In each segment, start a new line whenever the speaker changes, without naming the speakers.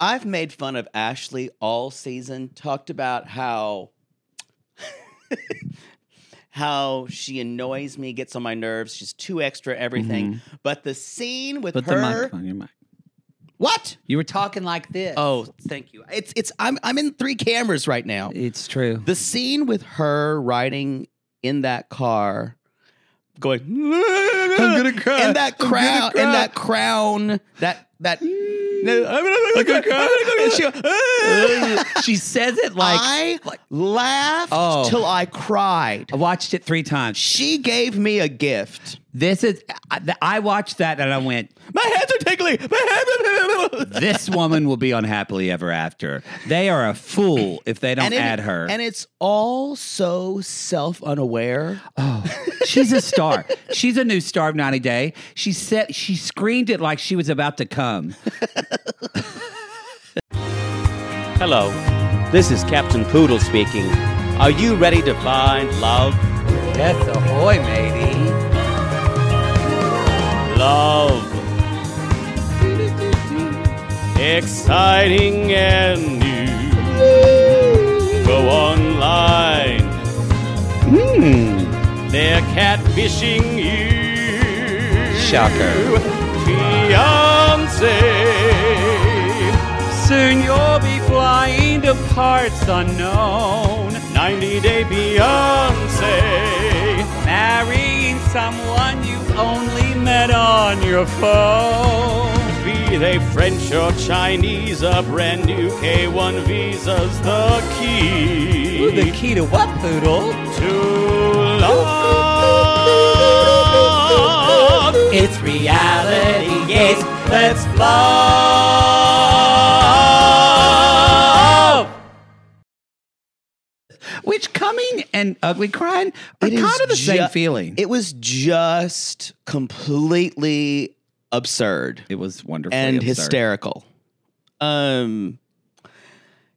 I've made fun of Ashley all season, talked about how how she annoys me, gets on my nerves, she's too extra everything. But the scene with
Put the
her
mic on your mic.
What?
You were talking like this.
Oh, thank you. It's it's I'm I'm in three cameras right now.
it's true.
The scene with her riding in that car going
I'm gonna cry.
and that
I'm gonna
crown
cry.
and that crown that that no, I'm gonna, I'm gonna cry. I'm gonna cry. And she-
she says it like
I laughed
Oh.
till I cried.
I watched it three times.
She gave me a gift.
This is I, I watched that and I went,
My hands are tingling. My hands are
this woman will be on happily ever after. They are a fool if they don't
it-
add her.
And it's all so self unaware.
She's a star. She's a new star of 90 Day. She said she screamed it like she was about to come.
Hello, this is Captain Poodle speaking. Are you ready to find love?
That's ahoy, matey.
Love. Exciting and new. Go online. Hmm. They're catfishing you.
Shocker.
Fiance.
Soon you'll be flying to parts unknown,
90 Day Beyonce.
marrying someone you only met on your phone.
Be they French or Chinese, a brand new K1 visa's the key
key to what, poodle?
to love.
It's reality,
yes, that's love.
Which coming and ugly crying are
It is
kind of the same
ju-
feeling.
It was just completely absurd
It was wonderful
and hysterical. Um,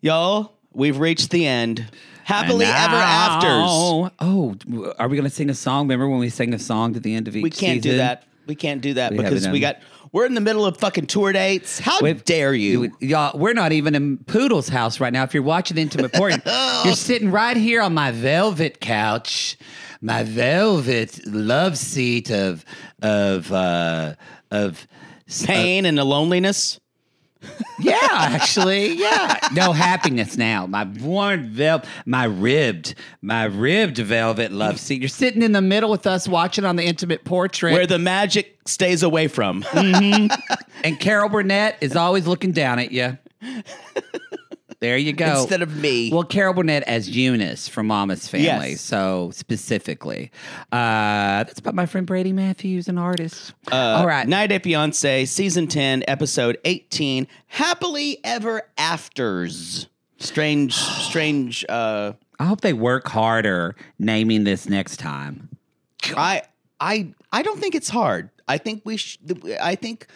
y'all, we've reached the end. Happily ever afters.
Oh, are we going to sing a song? Remember when we sang a song to the end of each
We can't do
season?
that. We can't do that
We haven't
because we
done-
got we're in the middle of fucking tour dates. How
We've-
dare you?
Y'all, we're not even in Poodle's house right now. If you're watching Intimate Porn, you're sitting right here on my velvet couch, my velvet love seat of of uh, of
Pain and the loneliness.
Yeah, actually, yeah. No happiness now. My worn vel, my ribbed, my ribbed velvet love seat. You're sitting in the middle with us, watching on the intimate portrait,
Where the magic stays away from.
and Carol Burnett is always looking down at you. There you go.
Instead of me.
well, Carol Burnett as Eunice from Mama's Family.
Yes.
So specifically, uh, that's about my friend Brady Matthews, an artist.
Uh,
All right,
Night at Beyonce, season 10, episode 18, Happily Ever Afters. Strange, strange. Uh,
I hope they work harder naming this next time.
I, I, I don't think it's hard. I think we, sh- th- I think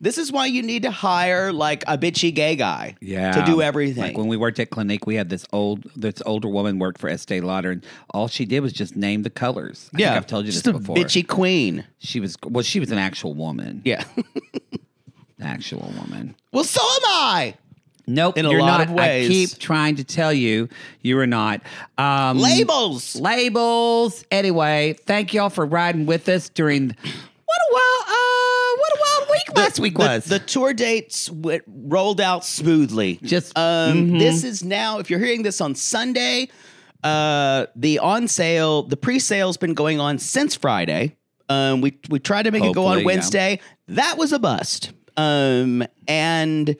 this is why you need to hire like a bitchy gay guy.
Yeah.
To do everything.
Like when we worked at Clinique, we had this old this older woman worked for Estee Lauder and all she did was just name the colors. I think I've told you
just
this
a
before.
bitchy queen.
She was well, she was an actual woman.
Yeah.
An actual woman.
well, so am I.
Nope.
In a
you're
lot
not.
of ways.
I keep trying to tell you you are not. Um
Labels.
Labels. Anyway, thank y'all for riding with us during what a wild uh what a wild week last week
The-
was.
The, tour dates w- rolled out smoothly.
Just- mm-hmm.
um, this is now. If you're hearing this on Sunday, uh, the on sale, the pre sale's been going on since Friday. Um, we we tried to make it go
Hopefully,
on
yeah.
Wednesday. That was a bust. Um, and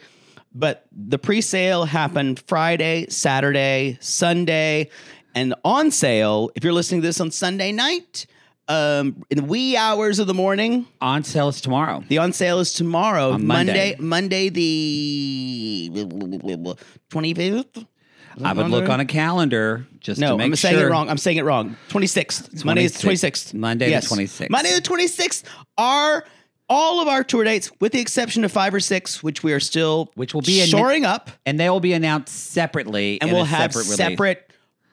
but the pre sale happened Friday, Saturday, Sunday, and on sale. If you're listening to this on Sunday night. Um, in the wee hours of the morning,
on sales tomorrow.
the on sale is tomorrow,
On
Monday.
Monday.
Monday, the twenty fifth.
I would look on a calendar just to
No,
make
I'm saying
sure.
it wrong. I'm saying it wrong. Twenty sixth. Monday is twenty
26th.
sixth.
Monday the 26th.
Monday the twenty sixth are all of our tour dates, with the exception of five or six, which we are still
Which will be in-
shoring up,
and they will be announced separately.
and
in
we'll
a
have
separate,
separate,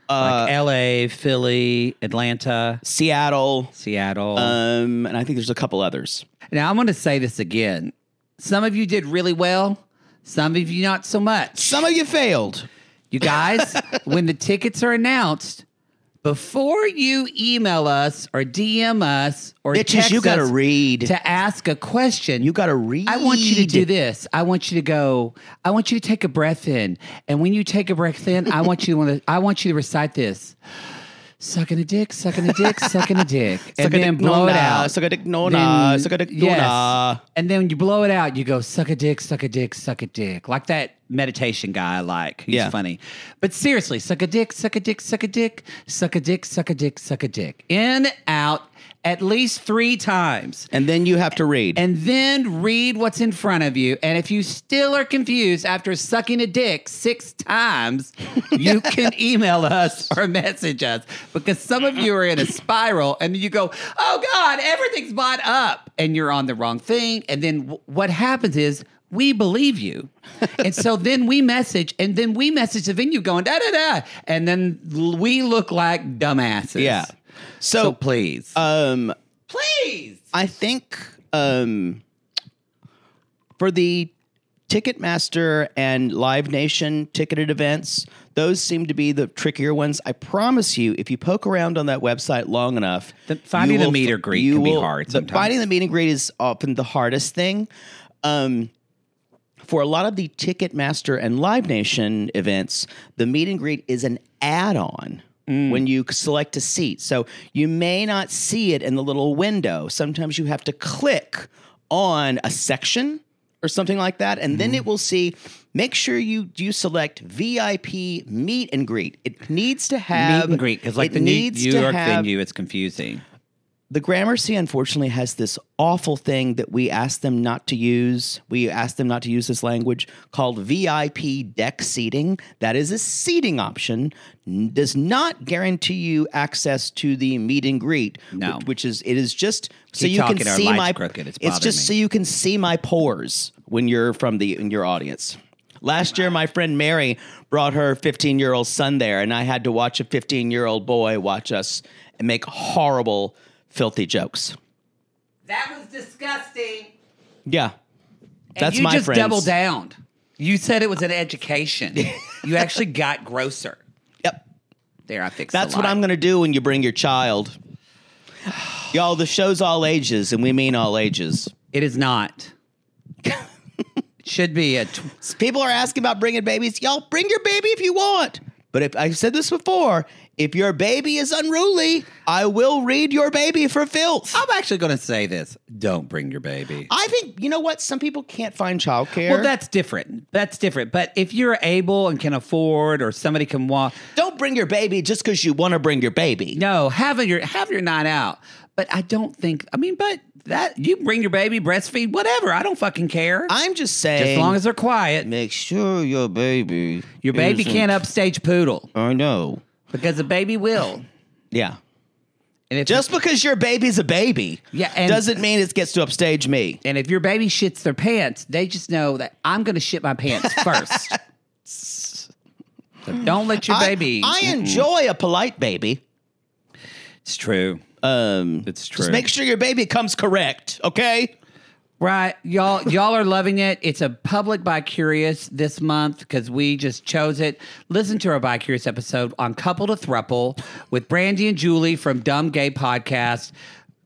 uh,
release. like L.A., Philly, Atlanta,
Seattle.
Seattle.
Um, and I think there's a couple others.
now I'm going to say this again. Some of you did really well. Some of you not so much.
Some of you failed.
You guys, when the tickets are announced, before you email us or DM us or
Bitches,
text
you gotta
us
read.
to ask a question,
You got to read.
I want you to do this. I want you to go. I want you to take a breath in, and when you take a breath in, I want you to want to. I want you to recite this. Sucking a dick, sucking a dick, sucking a dick, and
Suck a
then
dick,
blow
no,
it
nah.
out.
Suck a dick, no, nah. Suck a dick, no, nah.
And then when you blow it out, you go suck a dick, suck a dick, suck a dick, like that meditation guy. I like he's
Yeah.
funny, but seriously, suck a dick, suck a dick, suck a dick, suck a dick, suck a dick, suck a dick, in out at least three times
And then you have to read.
and then read what's in front of you. And if you still are confused after sucking a dick six times, you can email us or message us because some of you are in a spiral and you go, oh God, everything's bought up and you're on the wrong thing. And then w- what happens is, we believe you. and so then we message, and then we message the venue going, da da da. And then l- we look like dumbasses.
yeah.
So,
So,
please.
um,
please.
I think um, for the Ticketmaster and Live Nation ticketed events, those seem to be the trickier ones. I promise you, if you poke around on that website long enough,
The- finding
you
the
will
meet
f-
or greet
you
can be hard
the-
sometimes.
finding the meet and greet is often the hardest thing. Um, for a lot of the Ticketmaster and Live Nation events, the meet and greet is an add on
Mm.
when you select a seat. So you may not see it in the little window. Sometimes you have to click on a section or something like that, and
Mm-hmm.
then it will see. Make sure you you select VIP meet and greet. It needs to have
meet and greet because like
it
the New,
needs
New
to
York
have-
venue, it's confusing.
the Gramercy unfortunately has this awful thing that we ask them not to use. We ask them not to use this language called VIP deck seating. That is a seating option, n- does not guarantee you access to the meet and greet.
No.
which, which is it is just so
Keep
you can
talking, our
see
light's
my
crooked. It's
it's
bothering
just
me.
so you can see my pores when you're from the in your audience. Last year, my friend Mary brought her 15 year old son there, and I had to watch a 15 year old boy watch us and make horrible, filthy jokes.
That was disgusting.
Yeah,
And
that's
you
my
just
friends.
doubled down. You said it was an education. you actually got grosser.
Yep,
There, I fixed.
that's what I'm going to do when you bring your child. Y'all, the show's all ages, and we mean all ages.
It is not. It should be a. Tw-
People are asking about bringing babies. Y'all bring your baby if you want. But if I've said this before, if your baby is unruly, I will read your baby for filth.
I'm actually going to say this. Don't bring your baby.
I think you know what? Some people can't find childcare.
Well, that's different. That's different. But if you're able and can afford, or somebody can walk,
don't bring your baby just because you want to bring your baby.
No, have your have your night out. But I don't think. I mean, but that you bring your baby, breastfeed, whatever. I don't fucking care.
I'm just saying.
as long as they're quiet,
make sure your baby,
your baby
isn't-
can't upstage poodle
I know.
because the baby will.
Yeah.
And if
Just because your baby's a baby,
Yeah, and-
doesn't mean it gets to upstage me.
and if your baby shits their pants, they just know that I'm going to shit my pants first. so don't let your
I-
baby.
I, enjoy a polite baby.
it's true.
Um,
It's true.
Just make sure your baby comes correct, okay?
Right, y'all y'all are loving it. It's a public by curious this month because we just chose it. Listen to our by curious episode on couple to thruple with Brandy and Julie from Dumb Gay Podcast.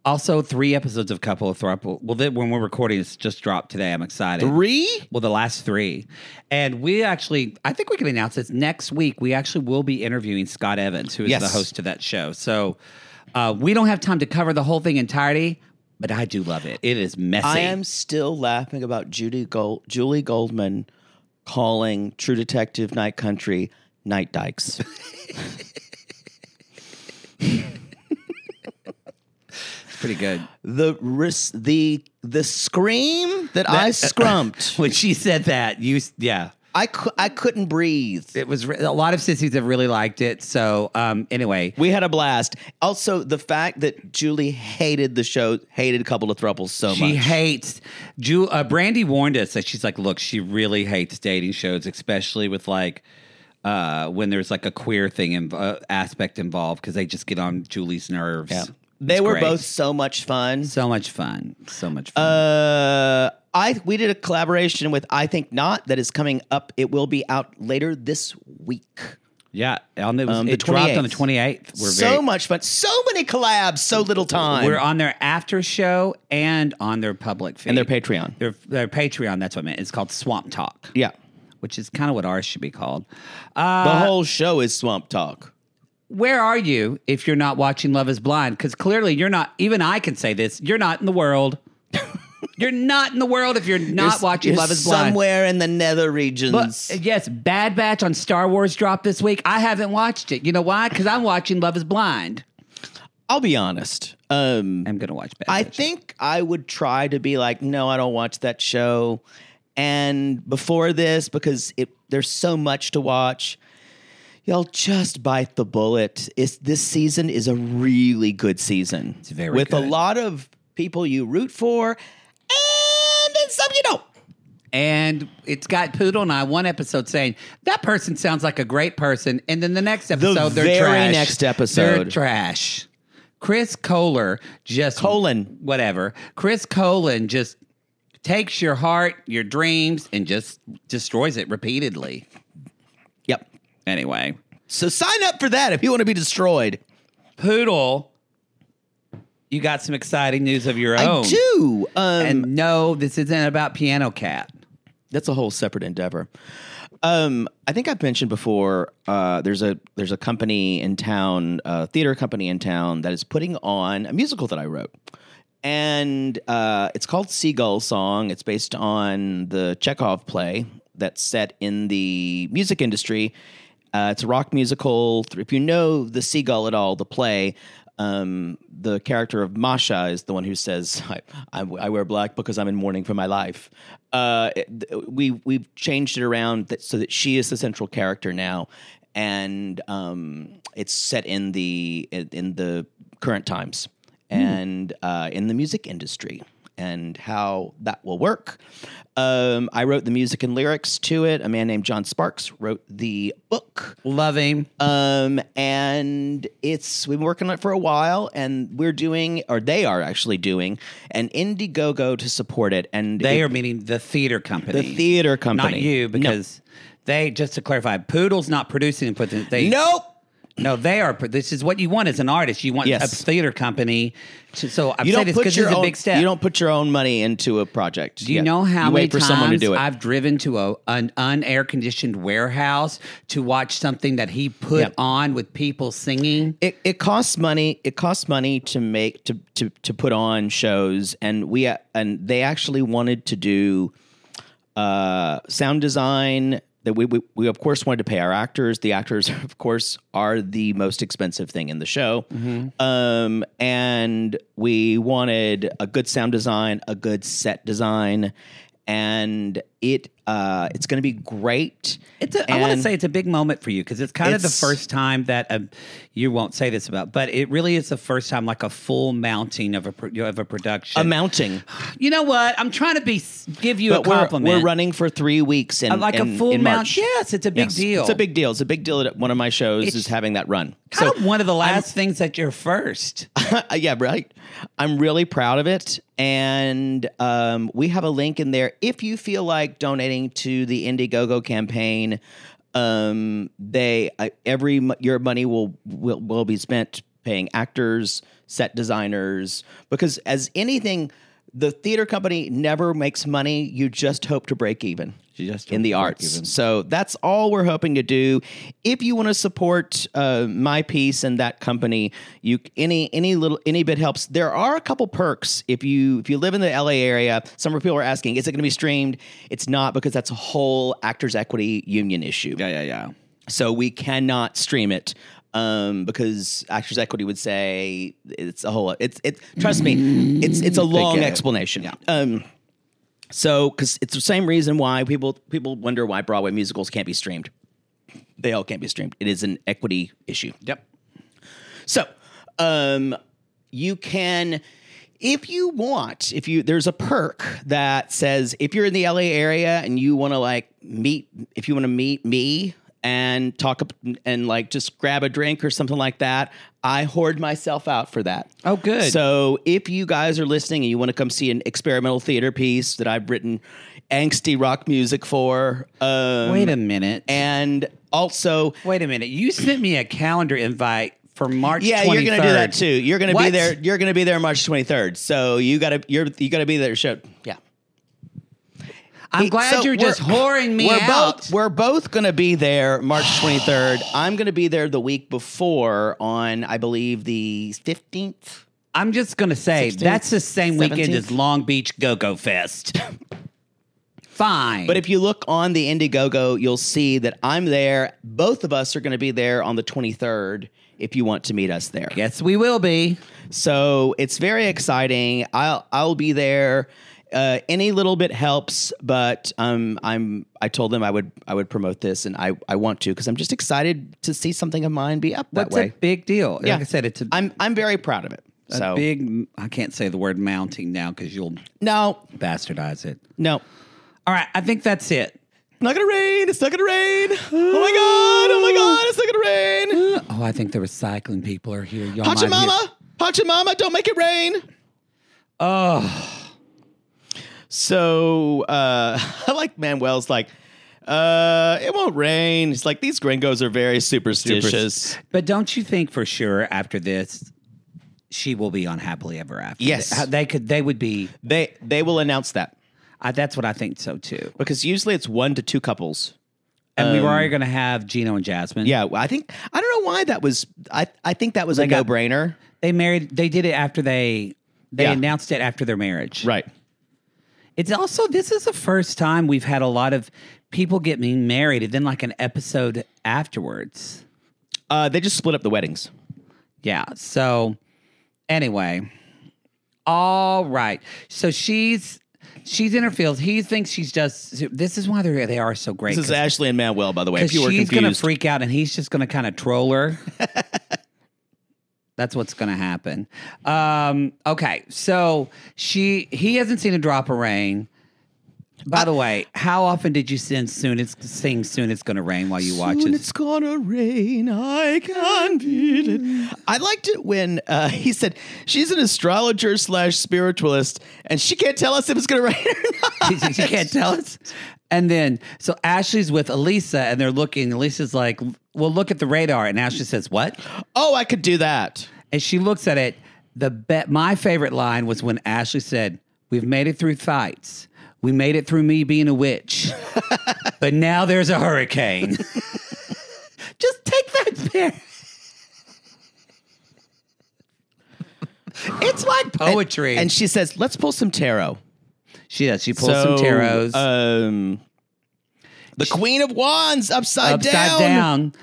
Also, three episodes of Couple to Thruple. Well, then when we're recording, it's just dropped today. I'm excited.
Three?
Well, the last three, and we actually, I think we can announce this next week. We actually will be interviewing Scott Evans, who is
Yes.
the host of that show. So uh, we don't have time to cover the whole thing entirety. But I do love it. It is messy.
I am still laughing about Judy Gold, Julie Goldman calling True Detective Night Country Night Dykes.
pretty good.
the ris- the the scream that, I
uh,
scrumped,
when she said that, you s- yeah,
I cou- I couldn't breathe.
it was re- a lot of sissies have really liked it. So um, anyway,
We had a blast. Also, the fact that Julie hated the show, hated Couple of Thruples so
she
much.
hates. Ju- uh, Brandy warned us that she's like, look, she really hates dating shows, especially with like. Uh, when there's like a queer thing inv- uh, aspect involved because they just get on Julie's nerves.
Yeah. They were
great.
both so much fun.
So much fun. So much fun.
Uh, I we did a collaboration with I think not that is coming up. It will be out later this week.
yeah. On the,
um, the
it dropped on the
28th.
28th. We're
so
very,
much fun, so many collabs, so little time.
We're on their after show and on their public feed.
and their Patreon.
Their, their Patreon, that's what I meant. It's called Swamp Talk.
Yeah,
Which is kind of what ours should be called. Uh,
the whole show is swamp talk.
where are you if you're not watching Love is Blind? Because clearly you're not, even I can say this, you're not in the world. you're not in the world if you're not
You're-
watching
you're
Love is Blind.
somewhere in the nether regions.
But uh, yes, Bad Batch on Star Wars dropped this week. I haven't watched it. You know why? Because I'm watching Love is Blind.
I'll be honest. Um,
I'm going to watch Bad
I
Batch.
think I would try to be like, no, I don't watch that show. And before this, because it there's so much to watch, y'all just bite the bullet. It's, this season is a really good season. It's
very
with a
good.
lot of people you root for, and then some you don't.
And it's got Poodle and I one episode saying, that person sounds like a great person. And then the next episode, they're
very
trash.
next
They're
episode.
trash. Chris Kohler just.
Colon.
Whatever. Chris Colon just takes your heart, your dreams, and just destroys it repeatedly.
Yep.
Anyway,
So sign up for that if you want to be destroyed.
Poodle, you got some exciting news of your own.
I do. Um,
And no, this isn't about Piano Cat.
that's a whole separate endeavor. Um, I think I've mentioned before. Uh, there's a there's a company in town, a theater company in town that is putting on a musical that I wrote, and uh, it's called Seagull Song. It's based on the Chekhov play that's set in the music industry. Uh, it's a rock musical. If you know the Seagull at all, the play, um, the character of Masha is the one who says, I, I, I wear black because I'm in mourning for my life. Uh, it- th- we, we've changed it around that, so that she is the central character now. And um, it's set in the, in, in the current times
Mm.
and uh, in the music industry and how that will work. Um, I wrote the music and lyrics to it. A man named John Sparks wrote the book.
Love him.
Um, and it's we've been working on it for a while, and we're doing, or they are actually doing, an Indiegogo to support it. And
They
it-
are meaning the theater company.
the theater company,
Not you,
No.
because they, just to clarify, Poodle's not producing and putting, they,
nope.
no, they are, pro- this is what you want as an artist. You want
Yes.
a theater company. To, so I'm
You don't
saying this
put
because
your
it's
own.
a big step.
You don't put your own money into a project.
Do you know how
you
many
wait for
times
someone to do it?
I've driven to a an unair conditioned warehouse to watch something that he put
Yeah.
on with people singing?
it, it costs money. It costs money to make to to to put on shows, and we uh, and they actually wanted to do uh, sound design. That we, we we of course wanted to pay our actors. The actors, of course, are the most expensive thing in the show.
Mm-hmm.
Um, and we wanted a good sound design, a good set design, and it uh, it's going to be great.
It's a, I want to
And-
say it's a big moment for you because it's kind of the
It's-
first time that um you won't say this about, but it really is the first time like a full mounting of a pro- of a production.
a mounting.
you know what? I'm trying to be s- give you
but
a compliment.
We're, we're running for three weeks in
Uh, like
in-
a full
in
mount.
March.
Yes, it's a big
Yes.
deal.
It's a big deal. It's a big deal that one of my shows
It's-
is having that run.
Kind
So uh,
of one of the last things that you're first.
yeah, right. I'm really proud of it, and um, we have a link in there if you feel like donating to the Indiegogo campaign. Um, they I every mo- your money will will will be spent paying actors, set designers, because as anything. The theater company never makes money. You just hope to break even
just
in the arts. So that's all we're hoping to do. If you want to support uh, my piece and that company, you any any little any bit helps. There are a couple perks if you if you live in the LA area. Some people are asking, is it going to be streamed? It's not because that's a whole actors equity union issue.
Yeah, yeah, yeah.
So we cannot stream it um, because Actors Equity would say it's a whole. It's it. Trust me, it's it's a long
get it.
explanation. Um, so because it's the same reason why people people wonder why Broadway musicals can't be streamed. They all can't be streamed. It is an equity issue.
Yep.
So, um, you can, if you want, if you there's a perk that says if you're in the LA area and you want to like meet, if you want to meet me and talk ab- and like just grab a drink or something like that. I hoard myself out for that.
Oh, good.
So if you guys are listening and you want to come see an experimental theater piece that I've written angsty rock music for, um,
Wait a minute.
and also
Wait a minute. You sent me a calendar invite for March.
yeah, you're gonna do that
23rd.
too. You're gonna be
What?
there. You're gonna be there March 23rd. So you gotta you're you gotta be there. Show yeah.
I'm
He-
glad
so
you're
we're-
just whoring me
we're
out.
Both, we're both going to be there March 23rd. I'm going to be there the week before on, I believe, the 15th.
I'm just gonna say
16th,
that's the same weekend
17th.
as Long Beach Go Go Fest. Fine,
But if you look on the Indiegogo, you'll see that I'm there. Both of us are going to be there on the 23rd if you want to meet us there.
yes, we will be.
So it's very exciting. I'll I'll be there. Uh, any little bit helps, but um, I'm I told them I would I would promote this, and I I want to because I'm just excited to see something of mine be up that
That's
way.
a big deal.
Yeah.
Like I said, it's a,
I'm I'm very proud of it.
a
so
big. I can't say the word mounting now because you'll
no,
bastardize it.
no,
All right, I think that's it.
it's not gonna rain. It's not gonna rain. Oh my god! Oh my god! It's not gonna rain.
Oh, I think the recycling people are here. Y'all might hear-
Pachamama, Pachamama, don't make it rain.
Oh,
So uh, I like Manuel's like. Uh, it won't rain. It's like these gringos are very superstitious.
but don't you think for sure after this, she will be on happily ever after?
Yes.
How- they could. They would be.
They they will announce that
I, that's what I think so too.
because usually it's one to two couples.
And we were already going to have Gino and Jasmine.
Yeah, well, I think I don't know why that was. I I think that was a no
got-
brainer.
They married. They did it after they they
Yeah.
announced it after their marriage.
Right.
It's also this is the first time we've had a lot of people getting married and then like an episode afterwards.
Uh, they just split up the weddings.
Yeah. So anyway, all right. So she's she's in her fields. He thinks she's just. This is why they they are so great.
This is
'cause-
Ashley and Manuel, by the way. If
Because
you were
she's going to
confused,
freak out and he's just going to kind of troll her. That's what's going to happen. Um, okay, so she he hasn't seen a drop of rain.
Uh,
By the way, how often did you sing soon? It's sing soon. It's going to rain while you watch
Soon
it.
it's gonna rain. I can feel it. I liked it when uh, he said she's an astrologer slash spiritualist, and she can't tell us if it's gonna rain or not.
she, she can't tell us. And then, so Ashley's with Elisa, and they're looking. Elisa's like, "Well, look at the radar," and Ashley says, "What?"
Oh, I could do that.
And she looks at it. The bet. My favorite line was when Ashley said, "We've made it through fights. We made it through me being a witch, but now there's a hurricane. Just take that bear. it's like poetry.
And she says, "Let's pull some tarot."
she does. She pulls some tarots
Um, the Queen of Wands upside,
upside
down.
down.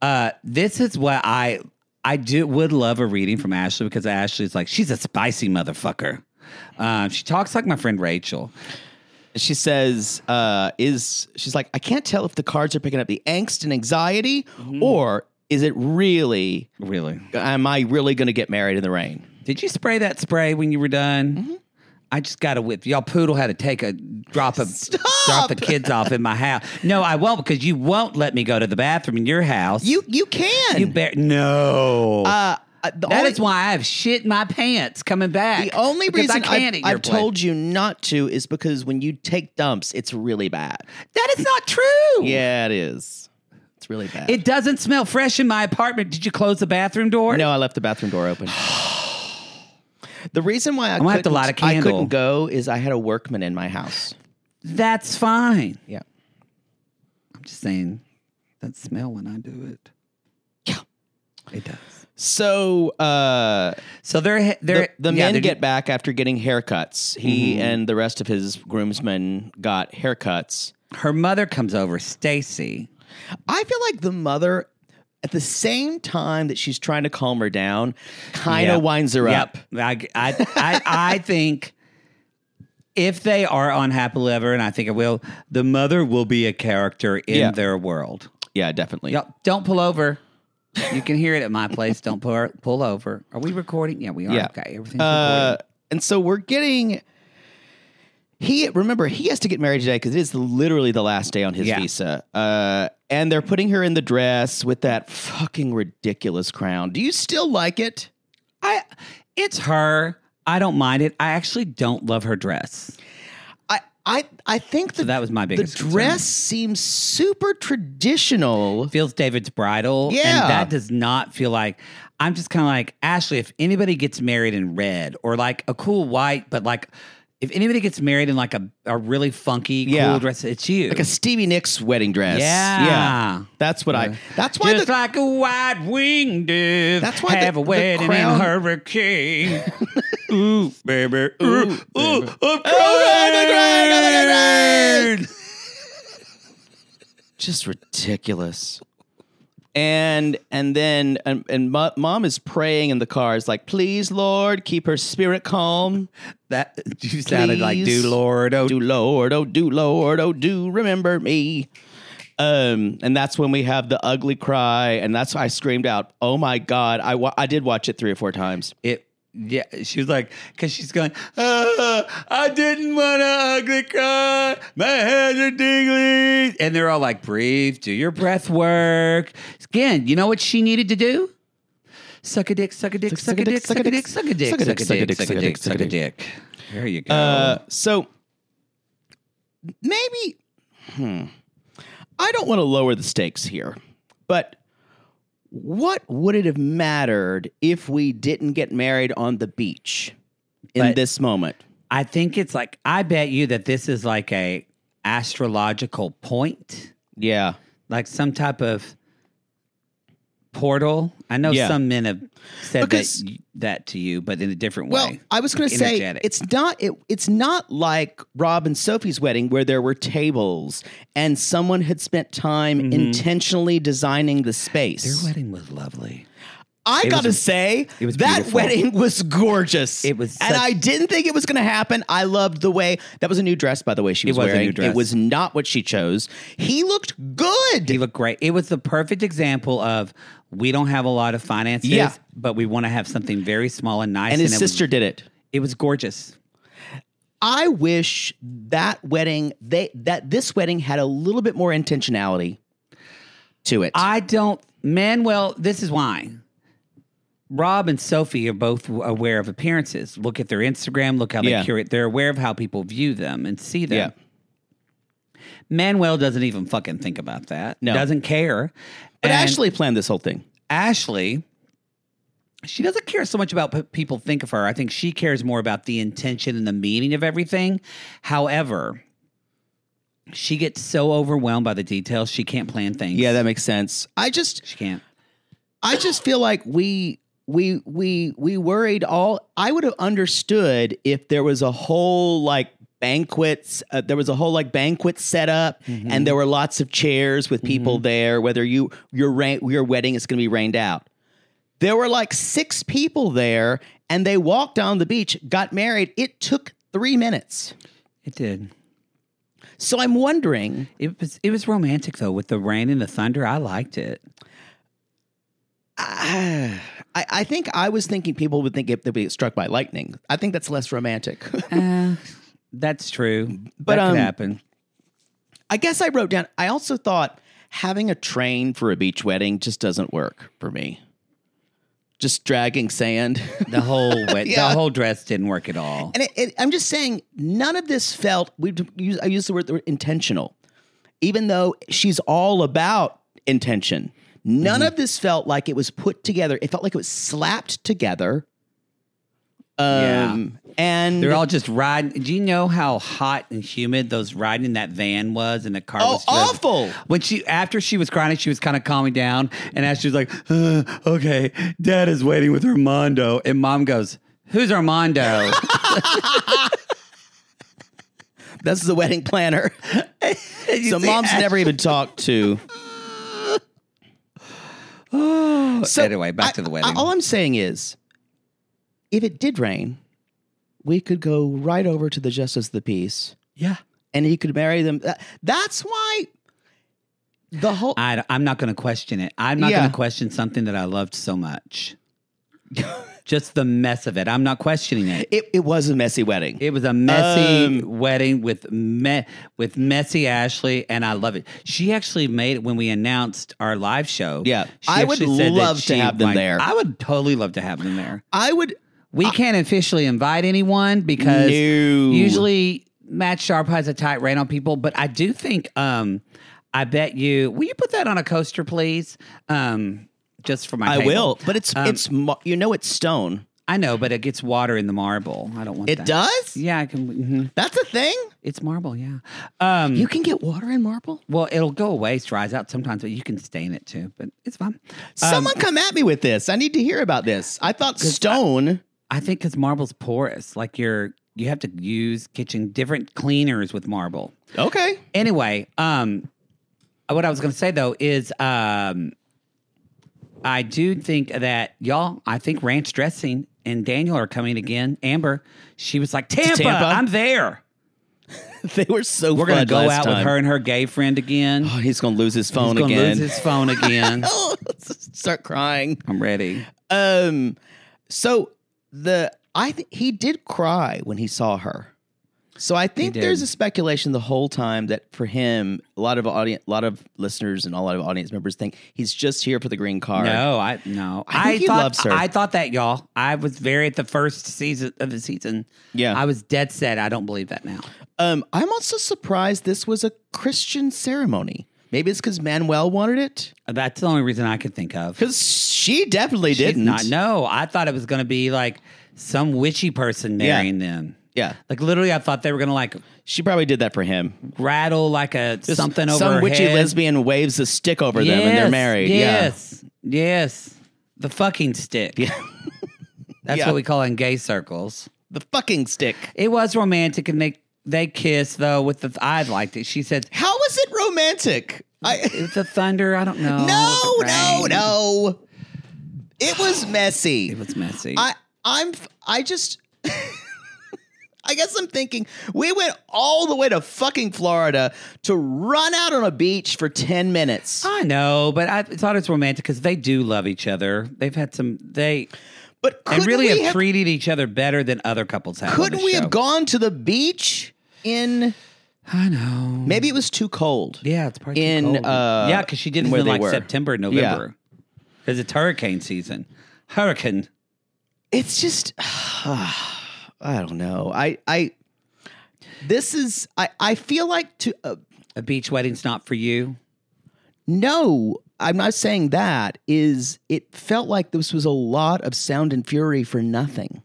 Uh, this is what I I do would love a reading from Ashley because Ashley's like she's a spicy motherfucker. Um, she talks like my friend Rachel.
She says, uh, "Is she's like I can't tell if the cards are picking up the angst and anxiety,
Mm-hmm.
or is it really
Really?
am I really going to get married in the rain?
Did you spray that spray when you were done?
Mm-hmm.
I just got a whip. Y'all poodle had to take a drop of drop the kids off in my house. No, I won't because you won't let me go to the bathroom in your house.
You you can.
you bear no.
uh, uh, the
that
only,
is why I've shit my pants coming back.
the only
because
reason
I can't
have
at your place.
told you not to is because when you take dumps, it's really bad.
that is not true.
Yeah, it is. It's really bad.
It doesn't smell fresh in my apartment. Did you close the bathroom door?
no, I left the bathroom door open. The reason why I,
gonna have to
couldn't-
light a
I
candle.
couldn't go is I had a workman in my house.
That's fine.
Yeah.
I'm just saying that smell when I do it. Yeah. It does.
So uh,
So they're they're
the, the
yeah,
men
they're-
get back after getting haircuts. He and the rest of his groomsmen got haircuts.
her mother comes over, Stacy.
I feel like the mother, at the same time that she's trying to calm her down, kind of
Yep.
winds her
Yep.
up.
I I I, I think if they are on happily ever, and I think it will, the mother will be a character in
Yeah.
their world.
Yeah, definitely.
Yep. Don't pull over. You can hear it at my place. Don't pull pull over. Are we recording? Yeah, Uh, we are.
Yeah.
Okay, everything's
Uh,
recording.
and so we're getting He remember he has to get married today because it is literally the last day on his
Yeah.
visa. Uh, and they're putting her in the dress with that fucking ridiculous crown. Do you still like it?
I it's her. I don't mind it. I actually don't love her dress.
I I I think the,
So that was my
the
biggest concern.
dress seems super traditional.
feels David's bridal.
Yeah.
And that does not feel like I'm just kind of like, Ashley, if anybody gets married in red or like a cool white, but like if anybody gets married in like a, a really funky,
Yeah.
cool dress, it's you.
Like a Stevie Nicks wedding dress.
Yeah.
Yeah. That's what I that's why
just
the,
like a white winged dove.
That's why the-
have
the
a wedding
crown-
in a hurricane. ooh, baby, ooh, ooh,
Oh,
I'm
crying.
crying.
just ridiculous. And and then and, and mo- mom is praying in the car. It's like, please, Lord, keep her spirit calm.
That you sounded like,
Please.
do Lord, oh,
Do Lord, oh do Lord, oh do remember me. Um, and that's when we have the ugly cry, and that's I screamed out, "Oh my God!" I wa- I did watch it three or four times.
it yeah she was like because she's going "Ah, i didn't want to ugly cry my hands are tingling and they're all like breathe do your breath work again you know what she needed to do suck a dick suck a dick suck a dick suck a dick suck a dick suck a dick suck a dick suck a dick suck a dick there you go
Uh, so maybe hmm, I don't want to lower the stakes here, but what would it have mattered if we didn't get married on the beach in
But-
this moment?
i think it's like i bet you that this is like a astrological point
Yeah.
like some type of portal. I know
Yeah.
some men have said
Because-
that, that to you, but in a different
Well,
way.
I was going to say
Energetic.
it's not it, it's not like Rob and Sophie's wedding where there were tables and someone had spent time intentionally designing the space.
Their wedding was lovely.
I
It
gotta
was-
say,
it was
that
beautiful.
wedding was gorgeous.
It was
and
such-
I didn't think it was gonna happen. I loved the way that was a new dress, by the way. She was,
was a new
wearing. It
dress.
was not what she chose. He looked good.
He looked great. It was the perfect example of we don't have a lot of finances,
Yeah.
but we want to have something very small and nice.
and his
it
sister
was,
did it.
it was gorgeous.
I wish that wedding they that this wedding had a little bit more intentionality to it.
I don't, Manuel, this is why. Rob and Sophie are both aware of appearances. Look at their Instagram, look how they
Yeah.
curate. They're aware of how people view them and see them.
Yeah.
Manuel doesn't even fucking think about that.
No.
Doesn't care.
but
And
Ashley planned this whole thing.
Ashley, she doesn't care so much about what people think of her. I think she cares more about the intention and the meaning of everything. However, she gets so overwhelmed by the details, she can't plan things.
Yeah, that makes sense. I just
she can't.
I just feel like we we we we worried all. I would have understood if there was a whole like banquets. Uh, there was a whole like banquet set up, and there were lots of chairs with people there. Whether you your ra- your wedding is going to be rained out. There were like six people there, and they walked down the beach, got married. It took three minutes.
It did.
So I'm wondering.
It was it was romantic though with the rain and the thunder. I liked it.
ah, I, I think I was thinking people would think if they'd be struck by lightning. I think that's less romantic.
Uh, that's true.
But,
that
um,
could happen.
I guess I wrote down. I also thought having a train for a beach wedding just doesn't work for me. Just dragging sand,
The whole wet,
yeah.
the whole dress didn't work at all.
and it, it, I'm just saying, none of this felt. We I used the word, the word intentional, even though she's all about intention.
Mm-hmm.
None of this felt like it was put together. It felt like it was slapped together. Um, and
They're all just riding. Do you know how hot and humid those riding in that van was? And the car
Oh,
was just-
awful.
When she after she was crying, she was kind of calming down, and as she was like, "Uh, "Okay, Dad is waiting with Armando," and Mom goes, "Who's Armando?"
That's the wedding planner. so mom's never even talked to. so
anyway, back
I-
to the wedding.
I- all I'm saying is, if it did rain, we could go right over to the justice of the peace,
yeah,
and he could marry them. That- That's why the whole.
I, am not going to question it. I'm not
Yeah.
going to question something that I loved so much. Just the mess of it. I'm not questioning it.
It, it was a messy wedding.
It was a messy
Um,
wedding with me- with messy Ashley, and I love it. She actually made it when we announced our live show.
Yeah.
she
I would
actually said that
love to
she
have them
might-
there.
I would totally love to have them there.
I would.
We can't officially invite anyone
No.
because usually Matt Sharp has a tight rein on people, but I do think um I bet you will you put that on a coaster, please? Um just for my
I
table.
will, but it's
Um,
it's mo- you know it's stone.
I know, but it gets water in the marble. I don't want
It
that.
does.
Yeah, I can mhm.
That's a thing.
it's marble, yeah. Um
You can get water in marble.
well it'll go away, it dries out sometimes, but you can stain it too, but it's fine.
Someone
Um,
come at me with this. I need to hear about this. I thought stone.
I think because marble's porous, like you're you have to use kitchen different cleaners with marble.
okay.
anyway, um, what I was going to say though is, um, I do think that y'all, I think ranch dressing and Daniel are coming again. Amber, she was like Tampa,
Tampa.
I'm there.
They were so.
We're going to go out with her and her gay friend again.
Oh, he's gonna lose his phone
He's gonna
again.
lose his phone again.
oh, start crying.
I'm ready.
Um. So the I think he did cry when he saw her. So I think
did.
there's a speculation the whole time that for him, a lot of audience, a lot of listeners, and a lot of audience members think he's just here for the green card.
No, I no.
I think he
thought
loves her.
I thought that y'all. I was very at the first season of the season.
Yeah.
I was dead set. I don't believe that now.
Um, I'm also surprised this was a Christian ceremony. Maybe it's because Manuel wanted it.
That's the only reason I could think of.
Because she definitely
Did
didn't.
Not know. I thought it was going to be like some witchy person marrying them.
Yeah,
Like literally, I thought they were going to like
she probably did that for him.
rattle like a something over
some
her
witchy
head.
lesbian waves a stick over them and they're
Yes,
married.
Yes, yes, the fucking stick.
Yeah.
That's
Yeah.
what we call it in gay circles.
yeah, the fucking stick.
It was romantic, and they they kissed though. With the I liked it. She said
How was it romantic? I
the thunder. I don't know.
no,
the
no,
rain.
no. It was messy.
It was messy.
I I'm f- I just I guess I'm thinking we went all the way to fucking Florida to run out on a beach for 10 minutes.
I know, but I thought it's romantic because they do love each other. They've had some. They
But
and
could
really
we
have,
have,
treated each other better than other couples have. on
couldn't
this
we
show.
have gone to the beach in
I know.
maybe it was too cold.
Yeah, it's probably too
in,
cold.
uh,
yeah, because she did this
where
in
they
like
were.
September, November, because it's hurricane season. Hurricane.
It's just I don't know. I I this is I I feel like to uh,
A beach wedding's not for you.
No, I'm not saying that. Is it felt like this was a lot of sound and fury for nothing.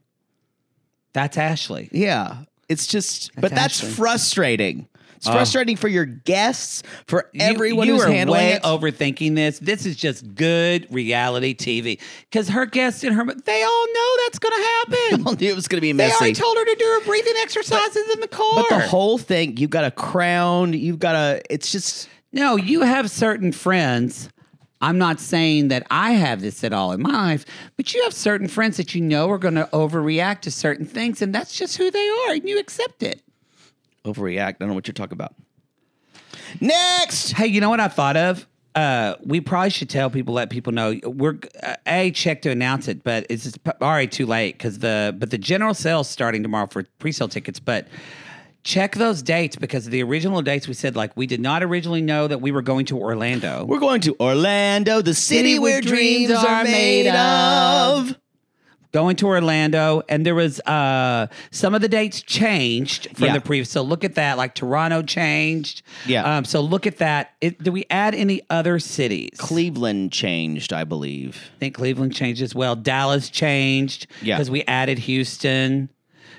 That's Ashley.
Yeah. It's just but that's
Ashley.
frustrating. It's frustrating for your guests, for everyone
you, you
who's
are
handling
way
it.
overthinking this. This is just good reality TV because her guests and her they all know that's going to happen.
Everyone knew it was going to be
they
messy.
already told her to do her breathing exercises in the car.
but the whole thing, you've got a crown, you've got a. It's just
No, you have certain friends. I'm not saying that I have this at all in my life, but you have certain friends that you know are going to overreact to certain things, and that's just who they are, and you accept it.
overreact. I don't know what you're talking about. Next,
Hey, you know what I thought of? Uh, we probably should tell people, let people know we're uh, a check to announce it, but it's just p- already too late because the but the general sale's starting tomorrow for pre-sale tickets, but. Check those dates because the original dates we said like we did not originally know that we were going to Orlando.
we're going to Orlando, the city,
City
where dreams are made of.
going to Orlando, and there was uh, some of the dates changed from
Yeah.
the previous. So look at that, like Toronto changed.
Yeah.
Um, so look at that. It, did we add any other cities?
Cleveland changed, I believe.
I think Cleveland changed as well. Dallas changed
Yeah.
because we added Houston.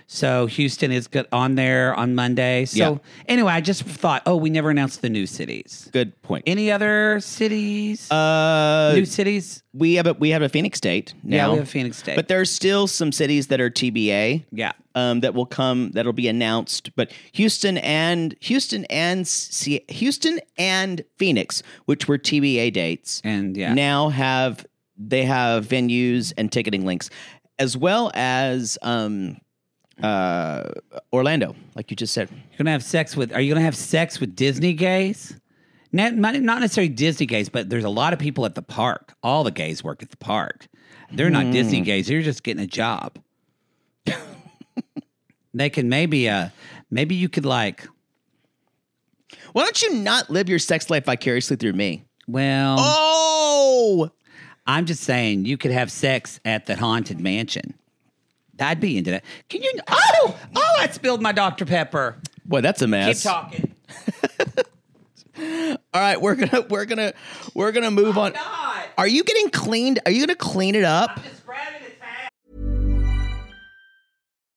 So Houston is good on there on Monday. So
Yeah.
anyway, I just thought, oh, we never announced the new cities.
Good point.
Any other cities?
Uh,
new cities?
we have a we have a Phoenix date now.
Yeah, we have Phoenix State.
But there's still some cities that are TBA.
yeah.
Um, that will come. That'll be announced. But Houston and Houston and C- Houston and Phoenix, which were TBA dates,
And yeah.
now have they have venues and ticketing links, as well as um, uh, Orlando, like you just said.
You're gonna have sex with? Are you gonna have sex with Disney gays? not, not not necessarily Disney gays, but there's a lot of people at the park. All the gays work at the park. They're not Disney gays. They're just getting a job. they can maybe uh maybe you could like
Why don't you not live your sex life vicariously through me?
well
Oh,
I'm just saying you could have sex at the haunted mansion. I'd be into that. Can you? Oh, oh! I spilled my Dr Pepper.
boy, that's a
Keep
mess.
talking.
All right, we're gonna we're gonna we're gonna move on.
God,
Are you getting cleaned? Are you gonna clean it up?
just grabbing his hand.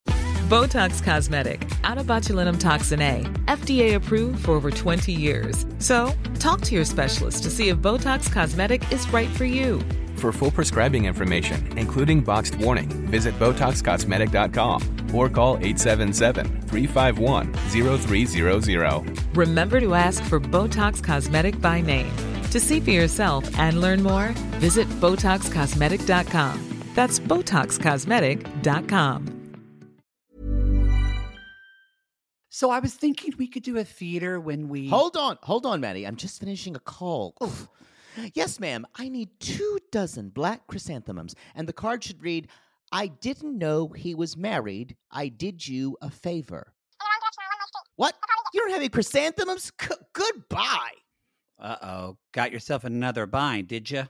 Botox Cosmetic, out of botulinum toxin A, FDA approved for over 20 years. So, talk to your specialist to see if Botox Cosmetic is right for you.
For full prescribing information, including boxed warning, visit BotoxCosmetic.com or call 877-351-0300.
Remember to ask for Botox Cosmetic by name. To see for yourself and learn more, visit BotoxCosmetic.com. That's BotoxCosmetic.com.
So I was thinking we could do a theater when we
Hold on, hold on, Maddie. I'm just finishing a call. Oof. Yes, ma'am. I need two dozen black chrysanthemums, and the card should read, "I didn't know he was married. I did you a favor." What? You don't have any chrysanthemums? C- goodbye.
Uh oh, got yourself another bind, did you?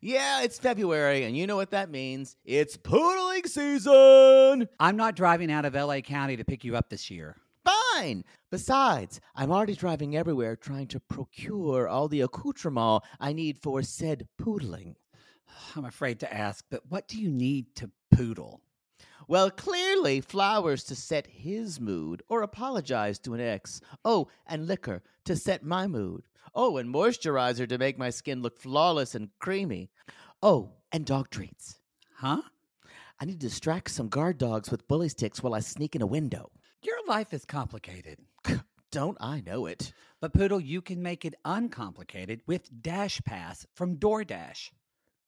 Yeah, it's February, and you know what that means. It's poodling season.
I'm not driving out of LA County to pick you up this year.
Fine. Besides, I'm already driving everywhere trying to procure all the accoutrement I need for said poodling.
I'm afraid to ask, but what do you need to poodle?
Well, clearly, flowers to set his mood or apologize to an ex. Oh, and liquor to set my mood. Oh, and moisturizer to make my skin look flawless and creamy. Oh, and dog treats.
Huh?
I need to distract some guard dogs with bully sticks while I sneak in a window.
Your life is complicated.
Don't I know it?
But Poodle, you can make it uncomplicated with Dash Pass from DoorDash.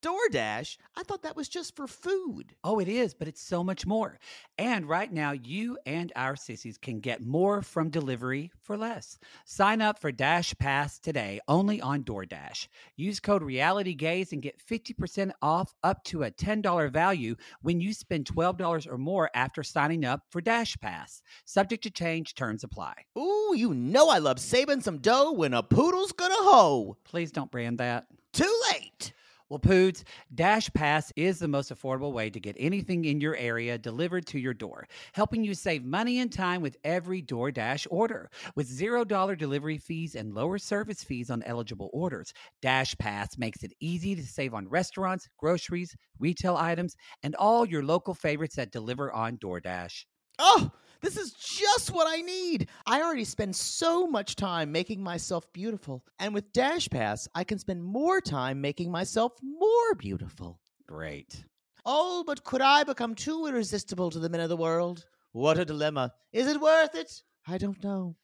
DoorDash? I thought that was just for food.
Oh, it is, but it's so much more. And right now, you and our sissies can get more from delivery for less. Sign up for Dash Pass today only on DoorDash. Use code RealityGaze and get 50% off up to a $10 value when you spend $12 or more after signing up for Dash Pass. Subject to change, terms apply.
Ooh, you know I love saving some dough when a poodle's gonna hoe.
Please don't brand that.
Too late.
Well, Poods, Dash Pass is the most affordable way to get anything in your area delivered to your door, helping you save money and time with every DoorDash order. With $0 delivery fees and lower service fees on eligible orders, Dash Pass makes it easy to save on restaurants, groceries, retail items, and all your local favorites that deliver on DoorDash.
Oh, this is just what I need. I already spend so much time making myself beautiful, and with Dash Pass, I can spend more time making myself more beautiful.
Great.
Oh, but could I become too irresistible to the men of the world? What a dilemma. Is it worth it? I don't know.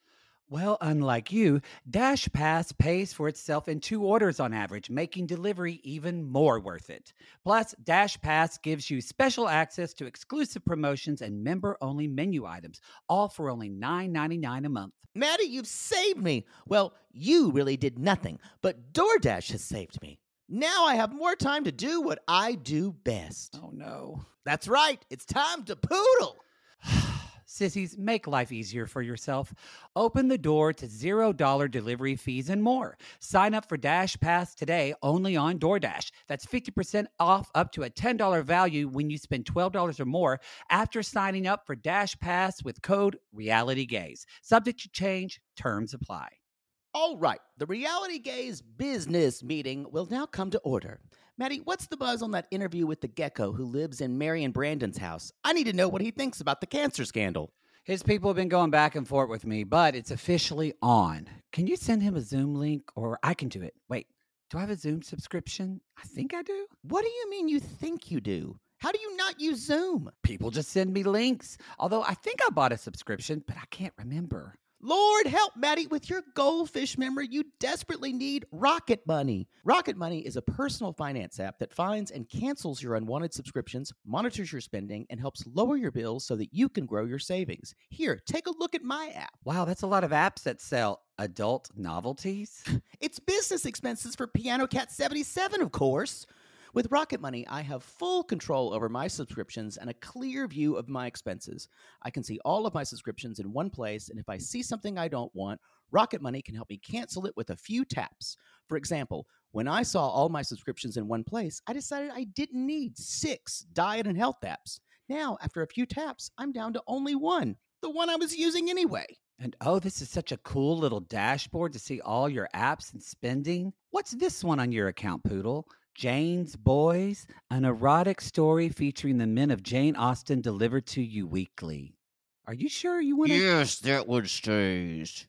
Well, unlike you, Dash Pass pays for itself in two orders on average, making delivery even more worth it. Plus, Dash Pass gives you special access to exclusive promotions and member only menu items, all for only $9.99 a month.
Maddie, you've saved me. Well, you really did nothing, but DoorDash has saved me. Now I have more time to do what I do best.
Oh no.
That's right, it's time to poodle.
Sissies, make life easier for yourself. Open the door to $0 delivery fees and more. Sign up for Dash Pass today only on DoorDash. That's 50% off up to a $10 value when you spend $12 or more after signing up for Dash Pass with code RealityGaze. Subject to change, terms apply.
All right, the Reality Gaze business meeting will now come to order. Maddie, what's the buzz on that interview with the gecko who lives in Marion Brandon's house? I need to know what he thinks about the cancer scandal.
His people have been going back and forth with me, but it's officially on. Can you send him a Zoom link or I can do it? Wait, do I have a Zoom subscription? I think I do.
What do you mean you think you do? How do you not use Zoom?
people just send me links. Although I think I bought a subscription, but I can't remember.
Lord help Maddie with your goldfish memory. You desperately need Rocket Money. Rocket Money is a personal finance app that finds and cancels your unwanted subscriptions, monitors your spending, and helps lower your bills so that you can grow your savings. Here, take a look at my app.
Wow, that's a lot of apps that sell adult novelties.
It's business expenses for Piano Cat 77, of course. With Rocket Money, I have full control over my subscriptions and a clear view of my expenses. I can see all of my subscriptions in one place, and if I see something I don't want, Rocket Money can help me cancel it with a few taps. For example, when I saw all my subscriptions in one place, I decided I didn't need six diet and health apps. Now, after a few taps, I'm down to only one, the one I was using anyway.
And oh, this is such a cool little dashboard to see all your apps and spending. What's this one on your account, Poodle? Jane's Boys, an erotic story featuring the men of Jane Austen delivered to you weekly. Are you sure you want to?
Yes, that one stays.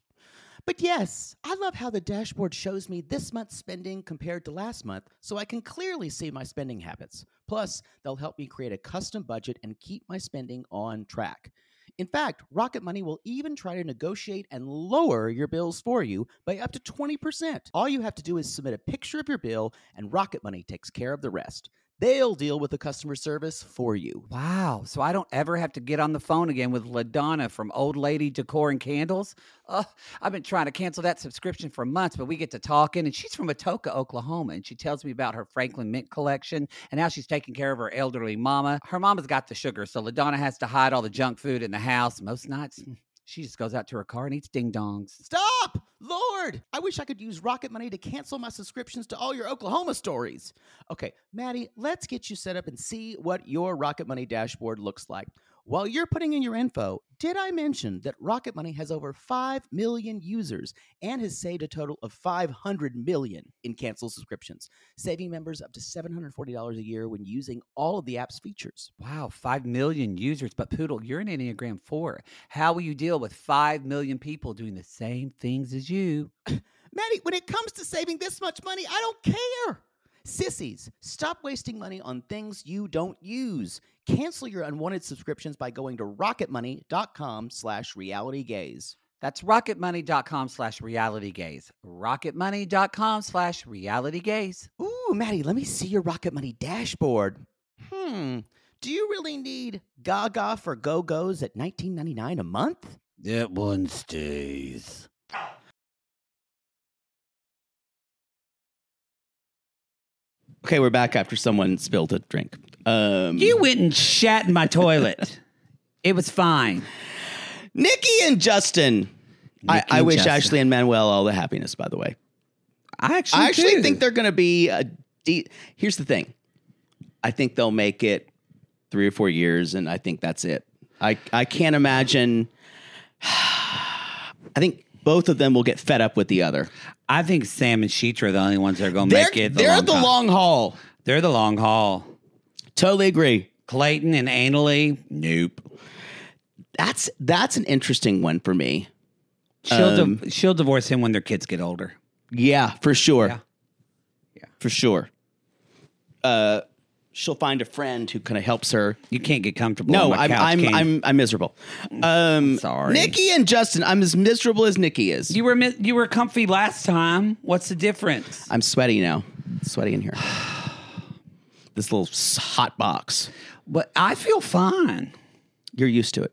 But yes, I love how the dashboard shows me this month's spending compared to last month so I can clearly see my spending habits. Plus, they'll help me create a custom budget and keep my spending on track. In fact, Rocket Money will even try to negotiate and lower your bills for you by up to 20%. All you have to do is submit a picture of your bill, and Rocket Money takes care of the rest. They'll deal with the customer service for you.
Wow. So I don't ever have to get on the phone again with LaDonna from Old Lady Decor and Candles. Oh, I've been trying to cancel that subscription for months, but we get to talking, and she's from Atoka, Oklahoma, and she tells me about her Franklin mint collection and how she's taking care of her elderly mama. Her mama's got the sugar, so LaDonna has to hide all the junk food in the house. Most nights, mm, she just goes out to her car and eats ding dongs.
Stop! Lord! I wish I could use Rocket Money to cancel my subscriptions to all your Oklahoma stories. Okay, Maddie, let's get you set up and see what your Rocket Money dashboard looks like. While you're putting in your info, did I mention that Rocket Money has over 5 million users and has saved a total of 500 million in canceled subscriptions, saving members up to $740 a year when using all of the app's features?
Wow, 5 million users. But Poodle, you're an Enneagram 4. How will you deal with 5 million people doing the same things as you?
Maddie, when it comes to saving this much money, I don't care. Sissies, stop wasting money on things you don't use. Cancel your unwanted subscriptions by going to rocketmoney.com slash reality gaze.
That's rocketmoney.com slash reality gaze. Rocketmoney.com slash reality gaze.
Ooh, Maddie, let me see your Rocket Money dashboard. Hmm, do you really need Gaga for Go-Go's at $19.99 a month?
That one stays.
Okay, we're back after someone spilled a drink. Um,
You went and shat in my toilet. it was fine.
Nikki and Justin. I,
Nikki
I
and
wish
Justin.
Ashley and Manuel all the happiness, by the way.
I actually,
I actually
do.
think they're going to be a de- Here's the thing. I think they'll make it 3 or 4 years and I think that's it. I I can't imagine I think both of them will get fed up with the other.
I think Sam and Sheetra are the only ones that are going to
They're,
make it. The
they're
long
the
time.
long haul.
They're the long haul.
Totally agree.
Clayton and Annalie. Nope.
That's that's an interesting one for me.
She'll
Um,
di- she'll divorce him when their kids get older.
Yeah, for sure.
Yeah. Yeah.
For sure. Uh she'll find a friend who kind of helps her
You can't get comfortable.
No,
on my
I'm
couch,
I'm,
can
I'm
you?
I'm miserable. Um,
Sorry.
Nikki and Justin. I'm as miserable as Nikki is.
You were mi- you were comfy last time. What's the difference?
I'm sweaty now. It's sweaty in here. this little s- hot box.
But I feel fine.
You're used to it.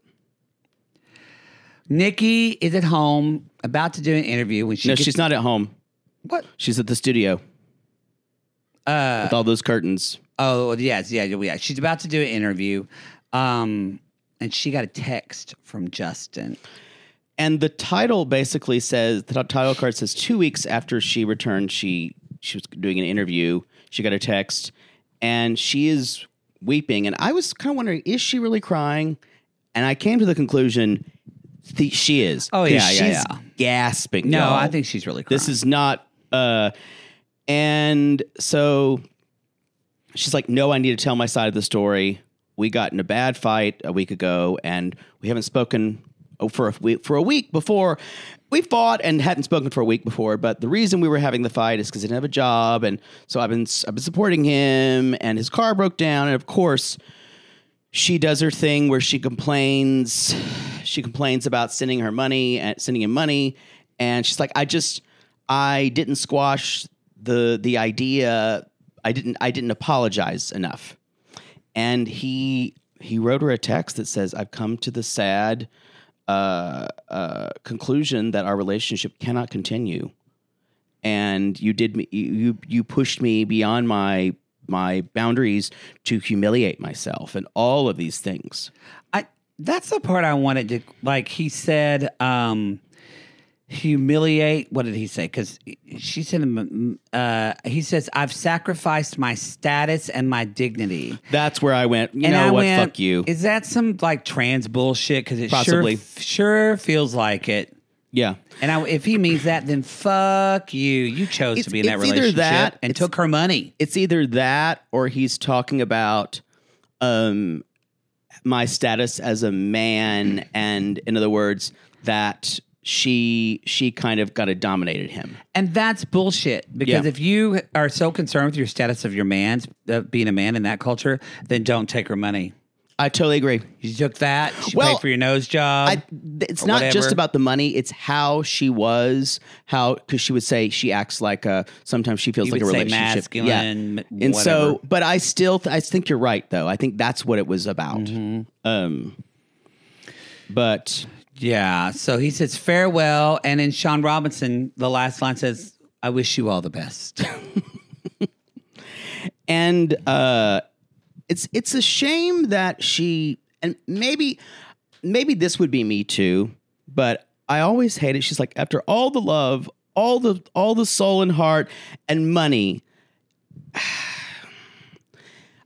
Nikki is at home, about to do an interview. When she
No,
gets-
she's not at home.
what?
She's at the studio. Uh, with all those curtains.
Oh yes, yeah, yeah. She's about to do an interview, um, and she got a text from Justin.
And the title basically says the title card says two weeks after she returned, she she was doing an interview. She got a text, and she is weeping. And I was kind of wondering, is she really crying? And I came to the conclusion, th- she is.
Oh,
'Cause
yeah, yeah,
she's
yeah.
gasping.
No,
y'all.
I think she's really. Crying.
this is not. Uh, and so she's like, No, I need to tell my side of the story. We got in a bad fight a week ago, and we haven't spoken oh, for a week, for a week before. We fought and hadn't spoken for a week before, but the reason we were having the fight is because he didn't have a job, and so I've been I've been supporting him, and his car broke down, and of course,
she does her thing where she complains she complains about sending her money and sending him money and she's like i just i didn't squash the the idea i didn't i didn't apologize enough and he he wrote her a text that says i've come to the sad uh, uh, conclusion that our relationship cannot continue and you did me you you- you pushed me beyond my my boundaries to humiliate myself and all of these things
I that's the part I wanted to like. He said, um, humiliate. What did he say? Because she said, um, uh, he says, I've sacrificed my status and my dignity.
that's where i went you
and
know
I
what
went,
fuck you
Is that some like trans bullshit? Because it
Possibly.
sure sure feels like it.
yeah
And I, if he means that, then fuck you. You chose
It's-
to be in that
it's either
relationship
that,
and
it's-
took her money.
it's either that or he's talking about um my status as a man and in other words that she she kind of kind of dominated him
And that's bullshit because
Yeah.
if you are so concerned with your status of your man's uh, being a man in that culture, then don't take her money.
i totally agree
You took that. She
Well,
paid for your nose job.
I, th- it's
Um, or
not just
whatever.
about the money. It's how she was, how because she would say she acts like a. Sometimes she feels
You
like a
would say
relationship.
masculine,
yeah. And so,
whatever.
but I still, th- I think you're right though. I think that's what it was about.
Mm-hmm.
Um, but
yeah. So he says farewell, and then Sean Robinson, the last line says, "I wish you all the best."
and uh, it's it's a shame that she and maybe maybe this would be me too, but I always hate it. She's like, after all the love, all the all the soul and heart and money,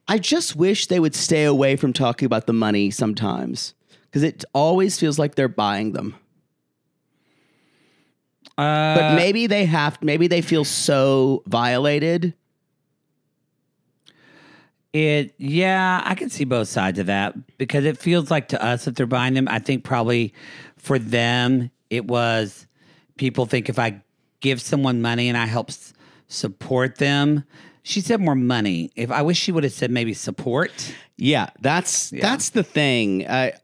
I just wish they would stay away from talking about the money sometimes because it always feels like they're buying them.
Uh,
But maybe they have. Maybe they feel so violated.
It yeah, I can see both sides of that because it feels like to us that they're buying them. I think probably for them it was people think if I give someone money and I help s- support them. She said more money. If I wish she would have said maybe support.
Yeah, that's that's the thing. I,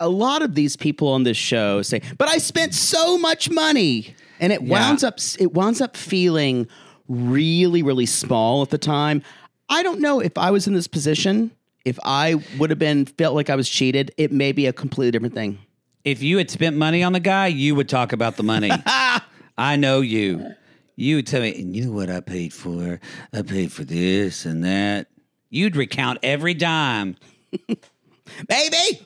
a lot of these people on this show say, "But I spent so much money," and it wounds up it wounds up feeling really really small at the time. I don't know if I was in this position, if I would have been felt like I was cheated, it may be a completely different thing.
If you had spent money on the guy, you would talk about the money. I know you. You would tell me, and you know what I paid for? I paid for this and that. You'd recount every dime.
Baby,
That's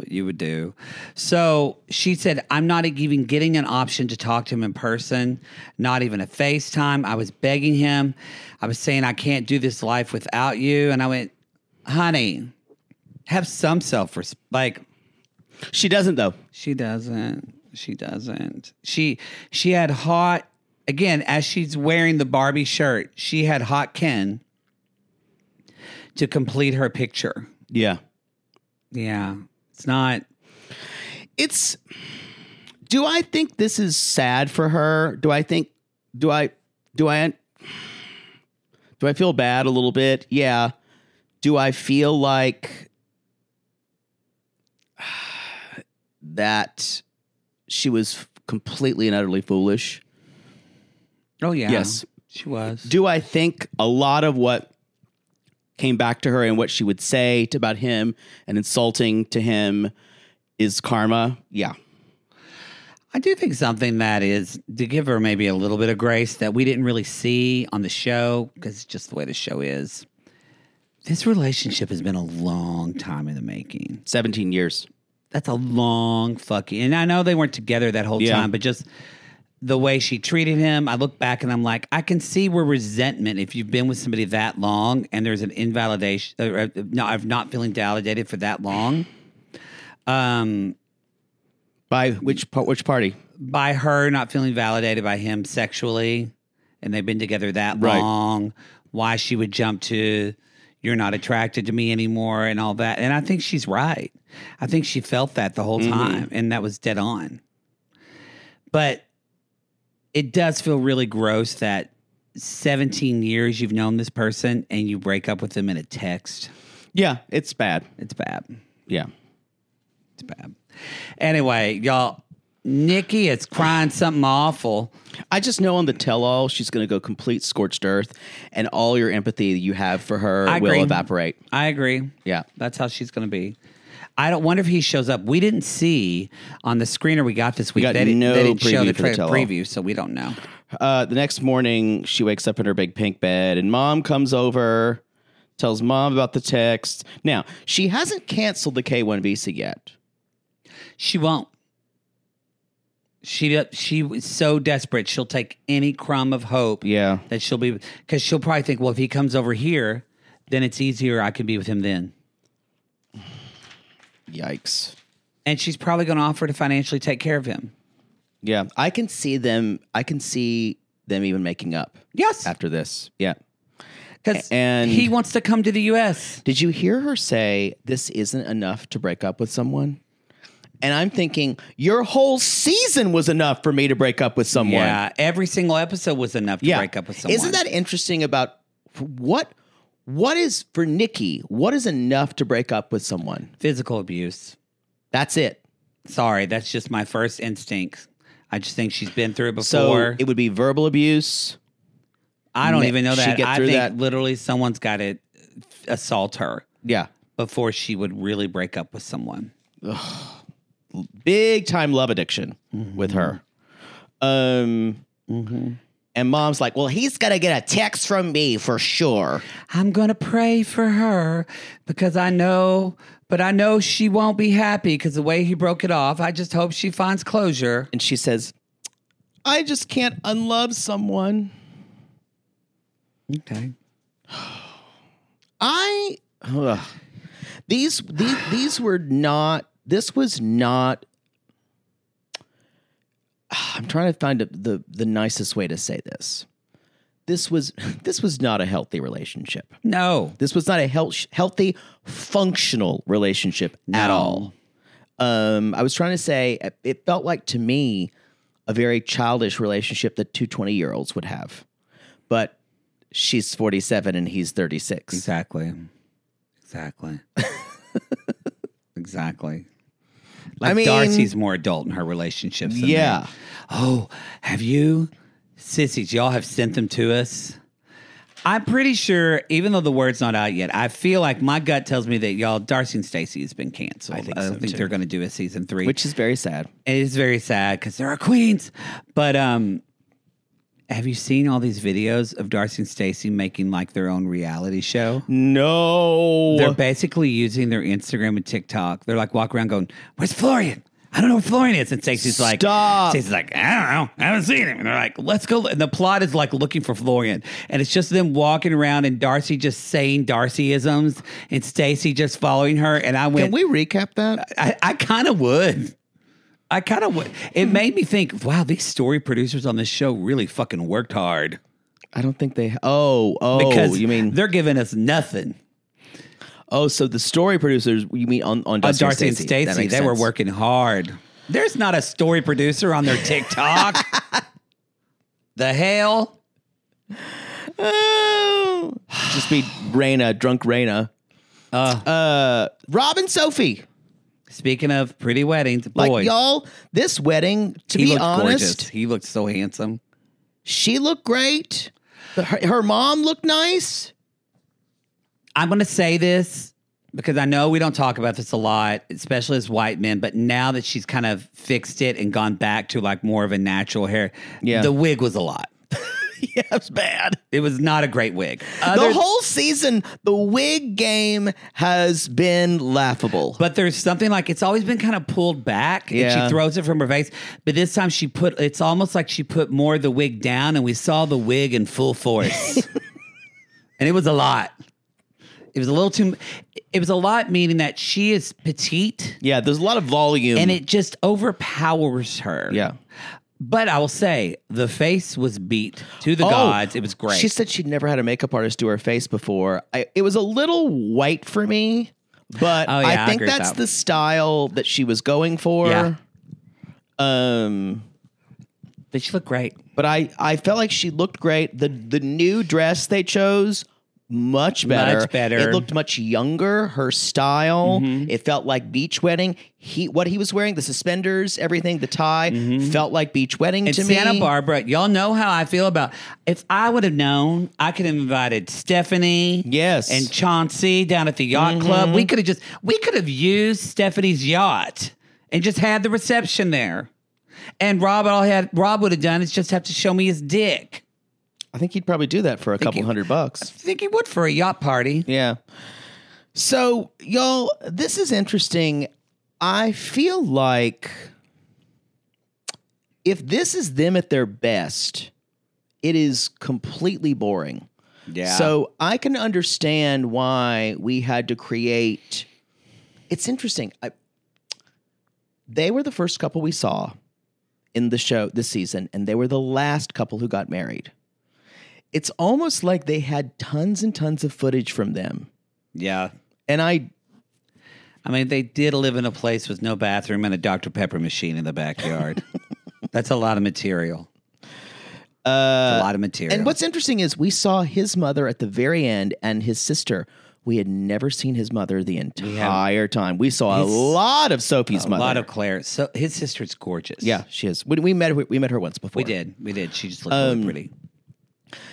what you would do. So she said, I'm not even getting an option to talk to him in person, not even a FaceTime. I was begging him. I was saying, I can't do this life without you. And I went, honey, have some self respect. Like,
she doesn't though.
she doesn't. She doesn't. She she had hot again as she's wearing the Barbie shirt. She had hot Ken to complete her picture.
Yeah,
Yeah, it's not.
it's do i think this is sad for her do i think do i do i do i feel bad a little bit yeah do i feel like that she was completely and utterly foolish
Oh yeah.
Yes.
she was.
do I think a lot of what came back to her and what she would say to, about him and insulting to him is karma? Yeah.
I do think something that is to give her maybe a little bit of grace that we didn't really see on the show because just the way the show is. This relationship has been a long time in the making.
17 years.
That's a long fucking. And I know they weren't together that whole
Yeah.
time, but just the way she treated him, I look back and I'm like, I can see where resentment, if you've been with somebody that long and there's an invalidation, or, uh, no, I've not feeling validated for that long. Um,
By which par- which party?
by her not feeling validated by him sexually and they've been together that
Right.
long why she would jump to you're not attracted to me anymore and all that and i think she's right i think she felt that the whole time and that was dead on but it does feel really gross that 17 years you've known this person and you break up with them in a text
Yeah, it's bad.
It's bad.
Yeah.
It's bad. Anyway, y'all, Nikki is crying something awful.
I just know on the tell all, she's going to go complete scorched earth, and all your empathy that you have for her
I
will
agree.
evaporate.
I agree.
Yeah.
That's how she's going to be. I don't wonder if he shows up. We didn't see on the screener we got this week.
got
they, didn't-
no
they didn't show
preview for
the
the
trailer
tell-all.
preview, so we don't know.
Uh, the next morning, she wakes up in her big pink bed, and mom comes over, tells mom about the text. Now, she hasn't canceled the K 1 visa yet.
She won't. She uh, she was so desperate. She'll take any crumb of hope.
Yeah.
that she'll be because she'll probably think, well, if he comes over here, then it's easier. I can be with him then.
Yikes.
And she's probably going to offer to financially take care of him.
Yeah. I can see them. I can see them even making up
Yes,
after this. Yeah.
because
and-
he wants to come to the U.S.
Did you hear her say this isn't enough to break up with someone? And I'm thinking, your whole season was enough for me to break up with someone.
Yeah, every single episode was enough to break up with someone.
Isn't that interesting about what what is for Nikki, what is enough to break up with someone?
physical abuse?
That's it.
Sorry, that's just my first instinct. I just think she's been through it
So
before.
it would be verbal abuse.
I don't
ma-
even know
she
that.
get
I
through
think
that?
literally someone's got to assault her
Yeah.
before she would really break up with someone.
Big time love addiction
Mm-hmm.
with her. Um and mom's like, well, he's gonna get a text from me for sure.
I'm going to pray for her because I know, but I know she won't be happy because the way he broke it off, I just hope she finds closure.
And she says, I just can't unlove someone.
Okay.
I ugh. these these these were not. This was not. I'm trying to find the the nicest way to say this. This was this was not a healthy relationship.
No.
This was not a health, healthy, functional relationship at
No.
all. Um, I was trying to say it- it felt like to me a very childish relationship that two 20 year olds would have, but she's 47 and he's 36.
Exactly. Exactly. exactly. Like
I mean-
Darcy's more adult in her relationships. than
Yeah.
me. Oh, have you, sissies? Y'all have sent them to us. I'm pretty sure, even though the word's not out yet, I feel like my gut tells me that y'all, Darcy and Stacy has been canceled. I
think
don't
so,
think
too.
they're going to do a season three,
which is very sad.
it is very sad because there are queens. But um, have you seen all these videos of Darcy and Stacy making like their own reality show?
No,
They're basically using their Instagram and TikTok. They're like walk around going, "Where's Florian? I don't know where Florian is." And Stacey's like,
Stop.
Stacey's like, "I don't know. I haven't seen him." And they're like, "Let's go." And the plot is like looking for Florian, and it's just them walking around and Darcy just saying Darcyisms and Stacy just following her. And I went,
can we recap that?
I, I kind of would. I kind of would.
Hmm.
It made me think, wow, these story producers on this show really fucking worked hard
I don't think they. Oh, oh,
because
you mean
they're giving us nothing.
oh? So the story producers, you mean on on
Uh,
Darcy,
Darcy and
Stacey. That
Stacy,
makes
they were
sense.
working hard. There's not a story producer on their TikTok. the hell?
Oh, just be Raina, drunk Raina. Uh, uh, Rob and Sophie,
Speaking of pretty weddings, boy,
like y'all, this wedding. To
he
be
looked
honest,
gorgeous. He looked so handsome.
she looked great. The- Her, her mom looked nice.
I'm going to say this because I know we don't talk about this a lot, especially as white men, but now that she's kind of fixed it and gone back to like more of a natural hair,
Yeah.
the wig was a lot.
yeah, it was bad.
It was not a great wig.
the
Other-
whole season, the wig game has been laughable.
but there's something like it's always been kind of pulled back and
Yeah.
she throws it from her face. But this time she put it's almost like she put more of the wig down and we saw the wig in full force. and it was a lot. It was a little too it was a lot meaning that she is petite.
yeah, there's a lot of volume.
and it just overpowers her.
yeah.
But I will say the face was beat to the
Oh,
gods. It was great.
She said she'd never had a makeup artist do her face before. I, it was a little white for me, but
Oh, yeah, I
I think
agree with
that's
that.
the style that she was going for.
Yeah.
Um,
but she looked great.
but I, I felt like she looked great. The the new dress they chose much better.
Much better. Mm-hmm.
It looked much younger. Her style. It felt like beach wedding. He what he was wearing, the suspenders, everything, the tie, felt like beach wedding
Mm-hmm. And
to
Santa
me.
Barbara, y'all know how I feel about. If I would have known, I could have invited Stephanie,
Yes. Mm-hmm.
and Chauncey down at the yacht club. We could have just we could have used Stephanie's yacht and just had the reception there. And Rob, all had Rob would have done is just have to show me his dick.
I think he'd probably do that for a couple
you.
hundred bucks.
I think he would for a yacht party.
Yeah. So, y'all, this is interesting. I feel like if this is them at their best, it is completely boring.
Yeah.
So, I can understand why we had to create. It's interesting. I, they were the first couple we saw in the show this season, and they were the last couple who got married. It's almost like they had tons and tons of footage from them
yeah.
and I
I mean, they did live in a place with no bathroom and a Dr. Pepper machine in the backyard. That's a lot of material. That's a lot of material.
Uh, and what's interesting is we saw his mother at the very end and his sister. We had never seen his mother the entire time. We saw a
His-
lot of Sophie's
a
mother.
lot of Claire. So his sister's gorgeous.
yeah, she is. We, we met her, we met her once before.
we did. We did. She just looked
Um,
really pretty.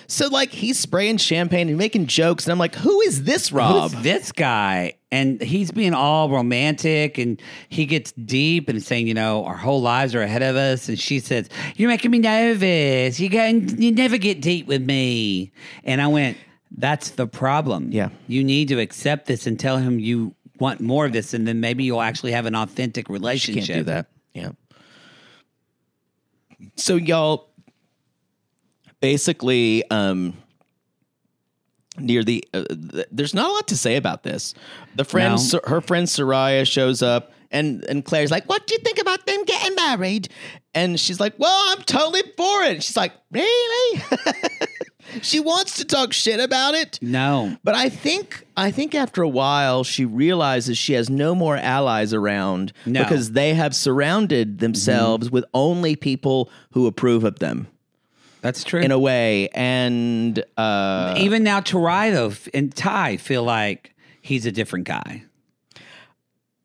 So like he's spraying champagne and making jokes, and I'm like, who is this Rob?
Who's this guy? And he's being all romantic and he gets deep and saying, you know, our whole lives are ahead of us. And she says, You're making me nervous. You go you never get deep with me. And I went, That's the problem.
Yeah.
You need to accept this and tell him you want more of this, and then maybe you'll actually have an authentic
She
relationship.
can't do that. Yeah. So y'all basically um near the uh, th- there's not a lot to say about this. The friend
No.
Sor- her friend Soraya shows up and and Claire's like, "What do you think about them getting married?" And she's like, "Well, I'm totally for it." She's like, "Really?" she wants to talk shit about it.
No.
But I think I think after a while she realizes she has no more allies around
No. Mm-hmm.
because they have surrounded themselves with only people who approve of them
That's true.
in a way. And uh,
Even now, Tarai though f- and Ty feel like he's a different guy.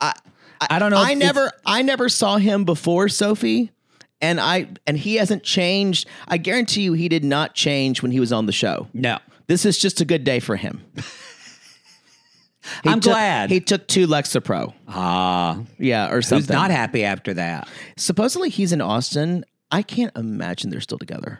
I I, don't know. if
I
it's-
never I never saw him before Sophie, and I and he hasn't changed. I guarantee you, he did not change when he was on the show.
No,
This is just a good day for him. He
I'm
took-
glad.
he took two Lexapro,
ah,
yeah, or something.
who's not happy after that?
Supposedly he's in Austin. I can't imagine they're still together.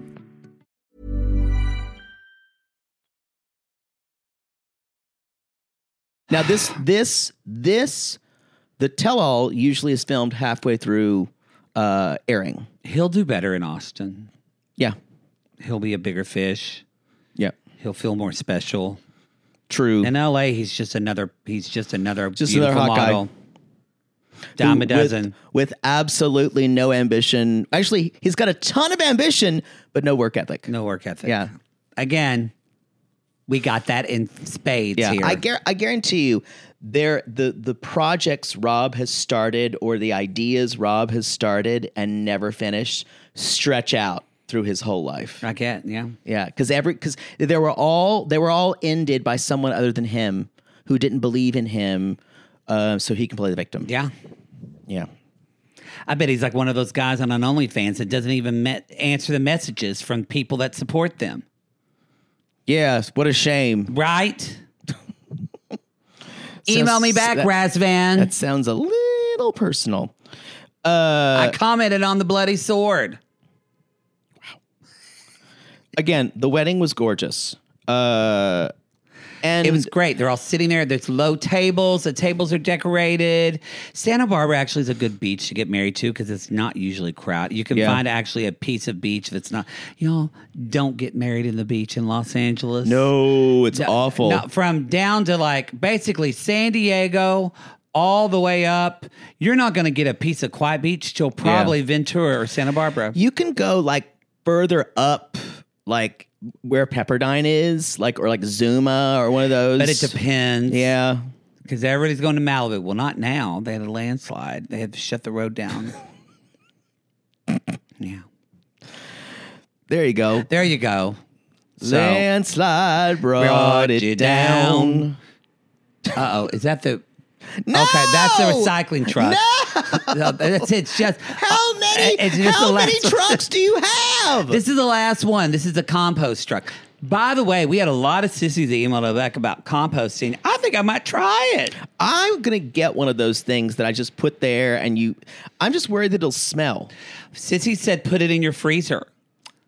Now this this this the tell all usually is filmed halfway through uh airing.
He'll do better in Austin.
Yeah.
He'll be a bigger fish.
Yeah.
He'll feel more special.
True.
In LA, he's just another. He's just another
Just another
beautiful
hot guy.
model. Dime a
With-
dozen.
with absolutely no ambition. Actually, he's got a ton of ambition, but no work ethic.
no work ethic.
Yeah.
Again, we got that in spades
Yeah,
here.
I, guar- I guarantee you, there the the projects Rob has started or the ideas Rob has started and never finished stretch out through his whole life.
I get. Yeah.
Yeah, because every because they were all they were all ended by someone other than him who didn't believe in him, uh, so he can play the victim.
Yeah.
yeah.
I bet he's like one of those guys on an OnlyFans that doesn't even met, answer the messages from people that support them,
Yes, what a shame.
right? Email me back,
that-
Razvan.
That sounds a little personal.
I commented on the bloody sword.
Again, the wedding was gorgeous. Uh, And
it was great. They're all sitting there. There's low tables. The tables are decorated. Santa Barbara actually is a good beach to get married to because it's not usually crowded. You can
Yeah.
find actually a piece of beach that's not. Y'all don't get married in the beach in Los Angeles.
no, it's
Da-
awful.
no, from down to like basically San Diego. All the way up, you're not going to get a piece of quiet beach till probably Ventura or Santa Barbara.
You can go like further up, like where Pepperdine is, like or like Zuma or one of those.
But it depends.
Yeah.
Because everybody's going to Malibu. Well, not now. They had a landslide. They had to shut the road down. yeah.
There you go.
There you go. So, uh
Landslide brought, it
you
down.
down. oh, is that the.
No!
Okay, that's the recycling truck.
No!
No, that's it's just. uh,
How many?
It's just
how
the
many
last-
trucks do you have?
This is the last one. This is the compost truck. By the way, we had a lot of sissies that emailed back about composting. I think I might try it.
I'm gonna get one of those things that I just put there, and you. I'm just worried that it'll smell.
Sissy said, put it in your freezer.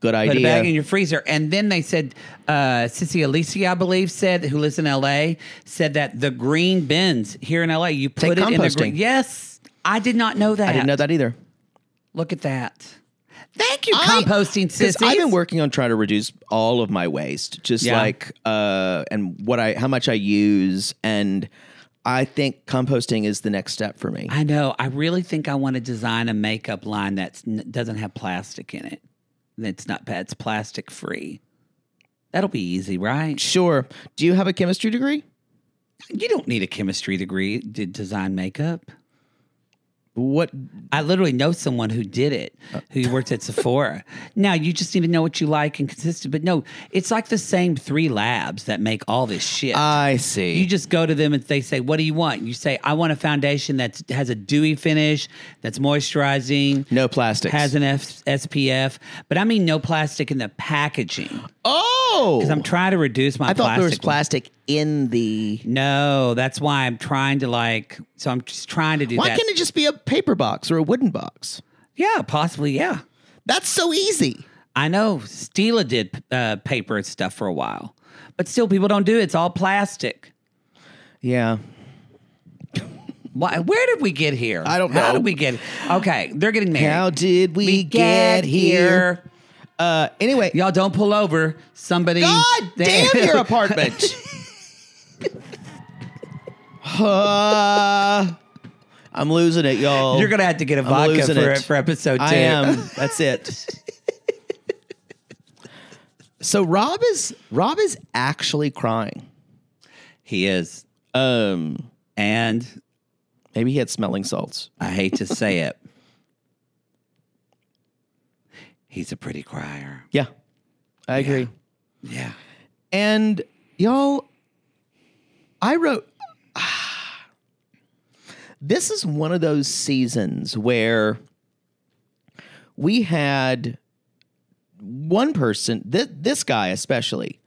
Good
put
idea.
a bag in your freezer. And then they said, uh, Sissy Alicia, I believe, said, who lives in LA, said that the green bins here in LA, you
Take
put it in the green.
composting.
Yes. I did not know that.
I didn't know that either.
Look at that. Thank you,
I-
composting
'cause
sissies.
I've been working on trying to reduce all of my waste, just
Yeah.
like uh, and what I how much I use, and I think composting is the next step for me.
I know. I really think I want to design a makeup line that doesn't have plastic in it. That's not bad. It's plastic free. That'll be easy, right?
sure. Do you have a chemistry degree?
You don't need a chemistry degree to design makeup.
What?
I literally know someone who did it, who worked at Sephora. Now you just need to know what you like and consistent. But no, it's like the same three labs that make all this shit.
I see.
you just go to them and they say, "What do you want?" You say, "I want a foundation that has a dewy finish, that's moisturizing,
no plastics.
has an F- SPF." But I mean, no plastic in the packaging because
oh,
I'm trying to reduce my.
I thought there was
one.
plastic in the.
No, that's why I'm trying to like. So I'm just trying to do
Why
that.
can't it just be a paper box or a wooden box?
yeah, possibly. Yeah.
That's so easy.
I know Stila did uh, paper and stuff for a while, but still people don't do it. It's all plastic.
Yeah.
Why, where did we get here?
I don't
How
know.
did we get? Okay, they're getting married.
How did we, get, here? Uh, anyway,
Y'all don't pull over. Somebody.
God damn your apartment. Uh, I'm losing it, y'all.
You're gonna have to get a
I'm
vodka
losing
for,
it.
for episode two.
I am. That's it. so Rob is Rob is actually crying.
He is,
Um,
and
maybe he had smelling salts.
I hate to say it, he's a pretty crier.
Yeah, I agree.
Yeah.
And y'all, I wrote. this is one of those seasons where we had one person, th- this guy especially,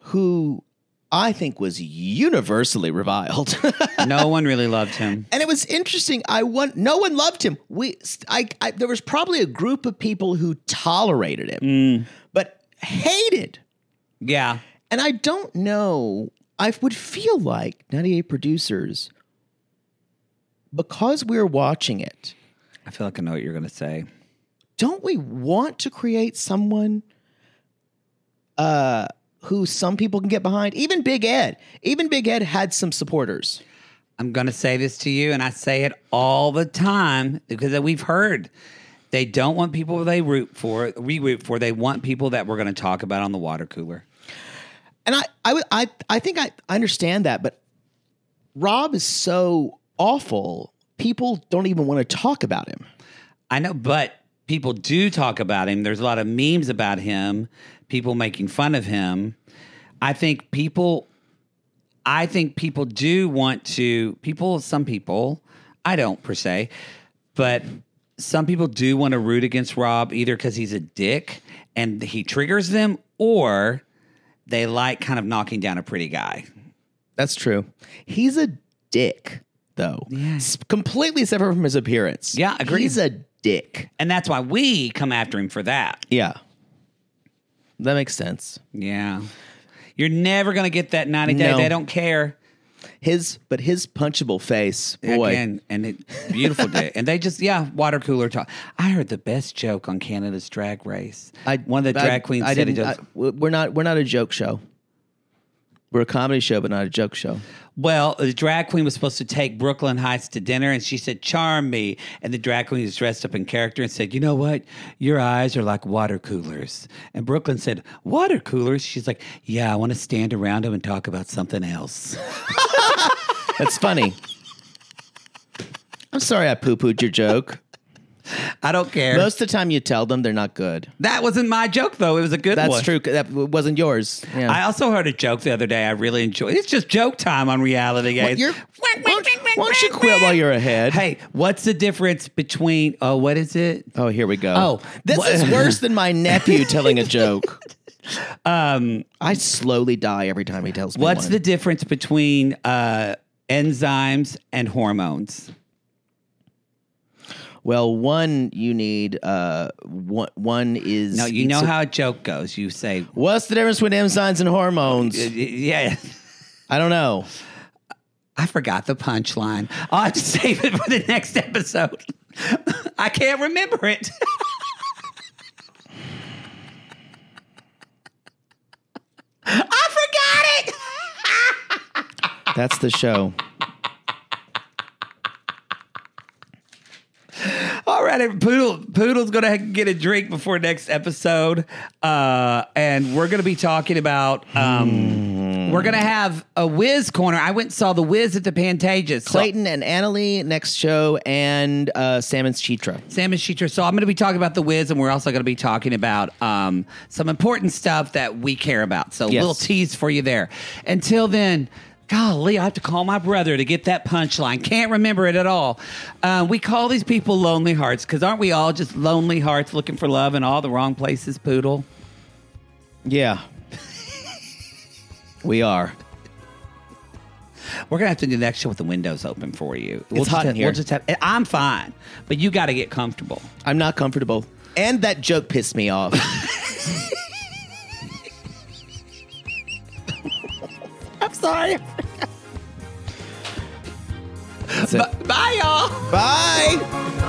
who I think was universally reviled.
No one really loved him.
and it was interesting. I want no one loved him. We, I, I, there was probably a group of people who tolerated him, but hated
Yeah.
and I don't know. I would feel like 98 producers, because we're watching it,
I feel like I know what you're going to say.
don't we want to create someone uh, who some people can get behind? Even Big Ed. Even Big Ed had some supporters.
I'm going to say this to you, and I say it all the time because we've heard they don't want people they root for, we root for. They want people that we're going to talk about on the water cooler.
And I, I, would- I, I think I I understand that, but Rob is so awful. People don't even want to talk about him.
I know, but people do talk about him. There's a lot of memes about him, people making fun of him. I think people, I think people do want to, people, some people, I don't per se, but some people do want to root against Rob either because he's a dick and he triggers them or they like kind of knocking down a pretty guy.
That's true. He's a dick, though. S- completely separate from his appearance.
Yeah, agreed.
He's a dick.
And that's why we come after him for that.
Yeah. That makes sense.
Yeah. You're never gonna get that 90 day.
No.
They don't care.
His but his punchable face, boy.
Again, and it beautiful day. And they just yeah, water cooler talk. I heard the best joke on Canada's drag race. one of the
I-
drag queens
I
said it
didn't-
just
I- we're not we're not a joke show. We're a comedy show, but not a joke show.
Well, the drag queen was supposed to take Brooklyn Heights to dinner, and she said, "Charm me." And the drag queen was dressed up in character and said, "You know what? Your eyes are like water coolers." And Brooklyn said, "Water coolers?" She's like, "Yeah, I want to stand around them and talk about something else."
That's funny. I'm sorry I poo pooed your joke.
I don't care.
Most of the time you tell them they're not good.
that wasn't my joke, though. It was a good
That's
one.
true. 'cause That w- wasn't yours. Yeah.
I also heard a joke the other day. I really enjoyed. It's just joke time on reality.
What,
guys.
you're- why don't- why don't you quit while you're ahead?
Hey, what's the difference between? Oh, what is it?
oh, here we go.
Oh,
this
wha-
is worse than my nephew telling a joke. Um, I slowly die every time he tells me.
What's
one.
the difference between uh, enzymes and hormones?
Well, one you need. Uh, one, one is.
No, you know
so-
how a joke goes. You say,
What's the difference between enzymes and hormones?
yeah.
I don't know.
I forgot the punchline. I'll have to save it for the next episode. I can't remember it. I forgot it.
That's the show.
All right, Poodle Poodle's gonna get a drink before next episode, uh, and we're gonna be talking about. Um, We're gonna have a Whiz corner. I went and saw the Whiz at the Pantages. So-
Clayton and Annalie next show, and uh, Sam and Chitra.
Sam and Sheetra. So I'm going to be talking about the Wiz, and we're also going to be talking about um, some important stuff that we care about. So
Yes.
we'll tease for you there. Until then, golly, I have to call my brother to get that punchline. Can't remember it at all. Uh, we call these people lonely hearts because aren't we all just lonely hearts looking for love in all the wrong places, poodle?
Yeah, we are.
We're gonna have to do the next show with the windows open for you.
It's hot
just
in
have-
here.
We'll just have. I'm fine, but you got to get comfortable.
I'm not comfortable, and that joke pissed me off.
I'm sorry.
That's it.
Bye, y'all.
Bye.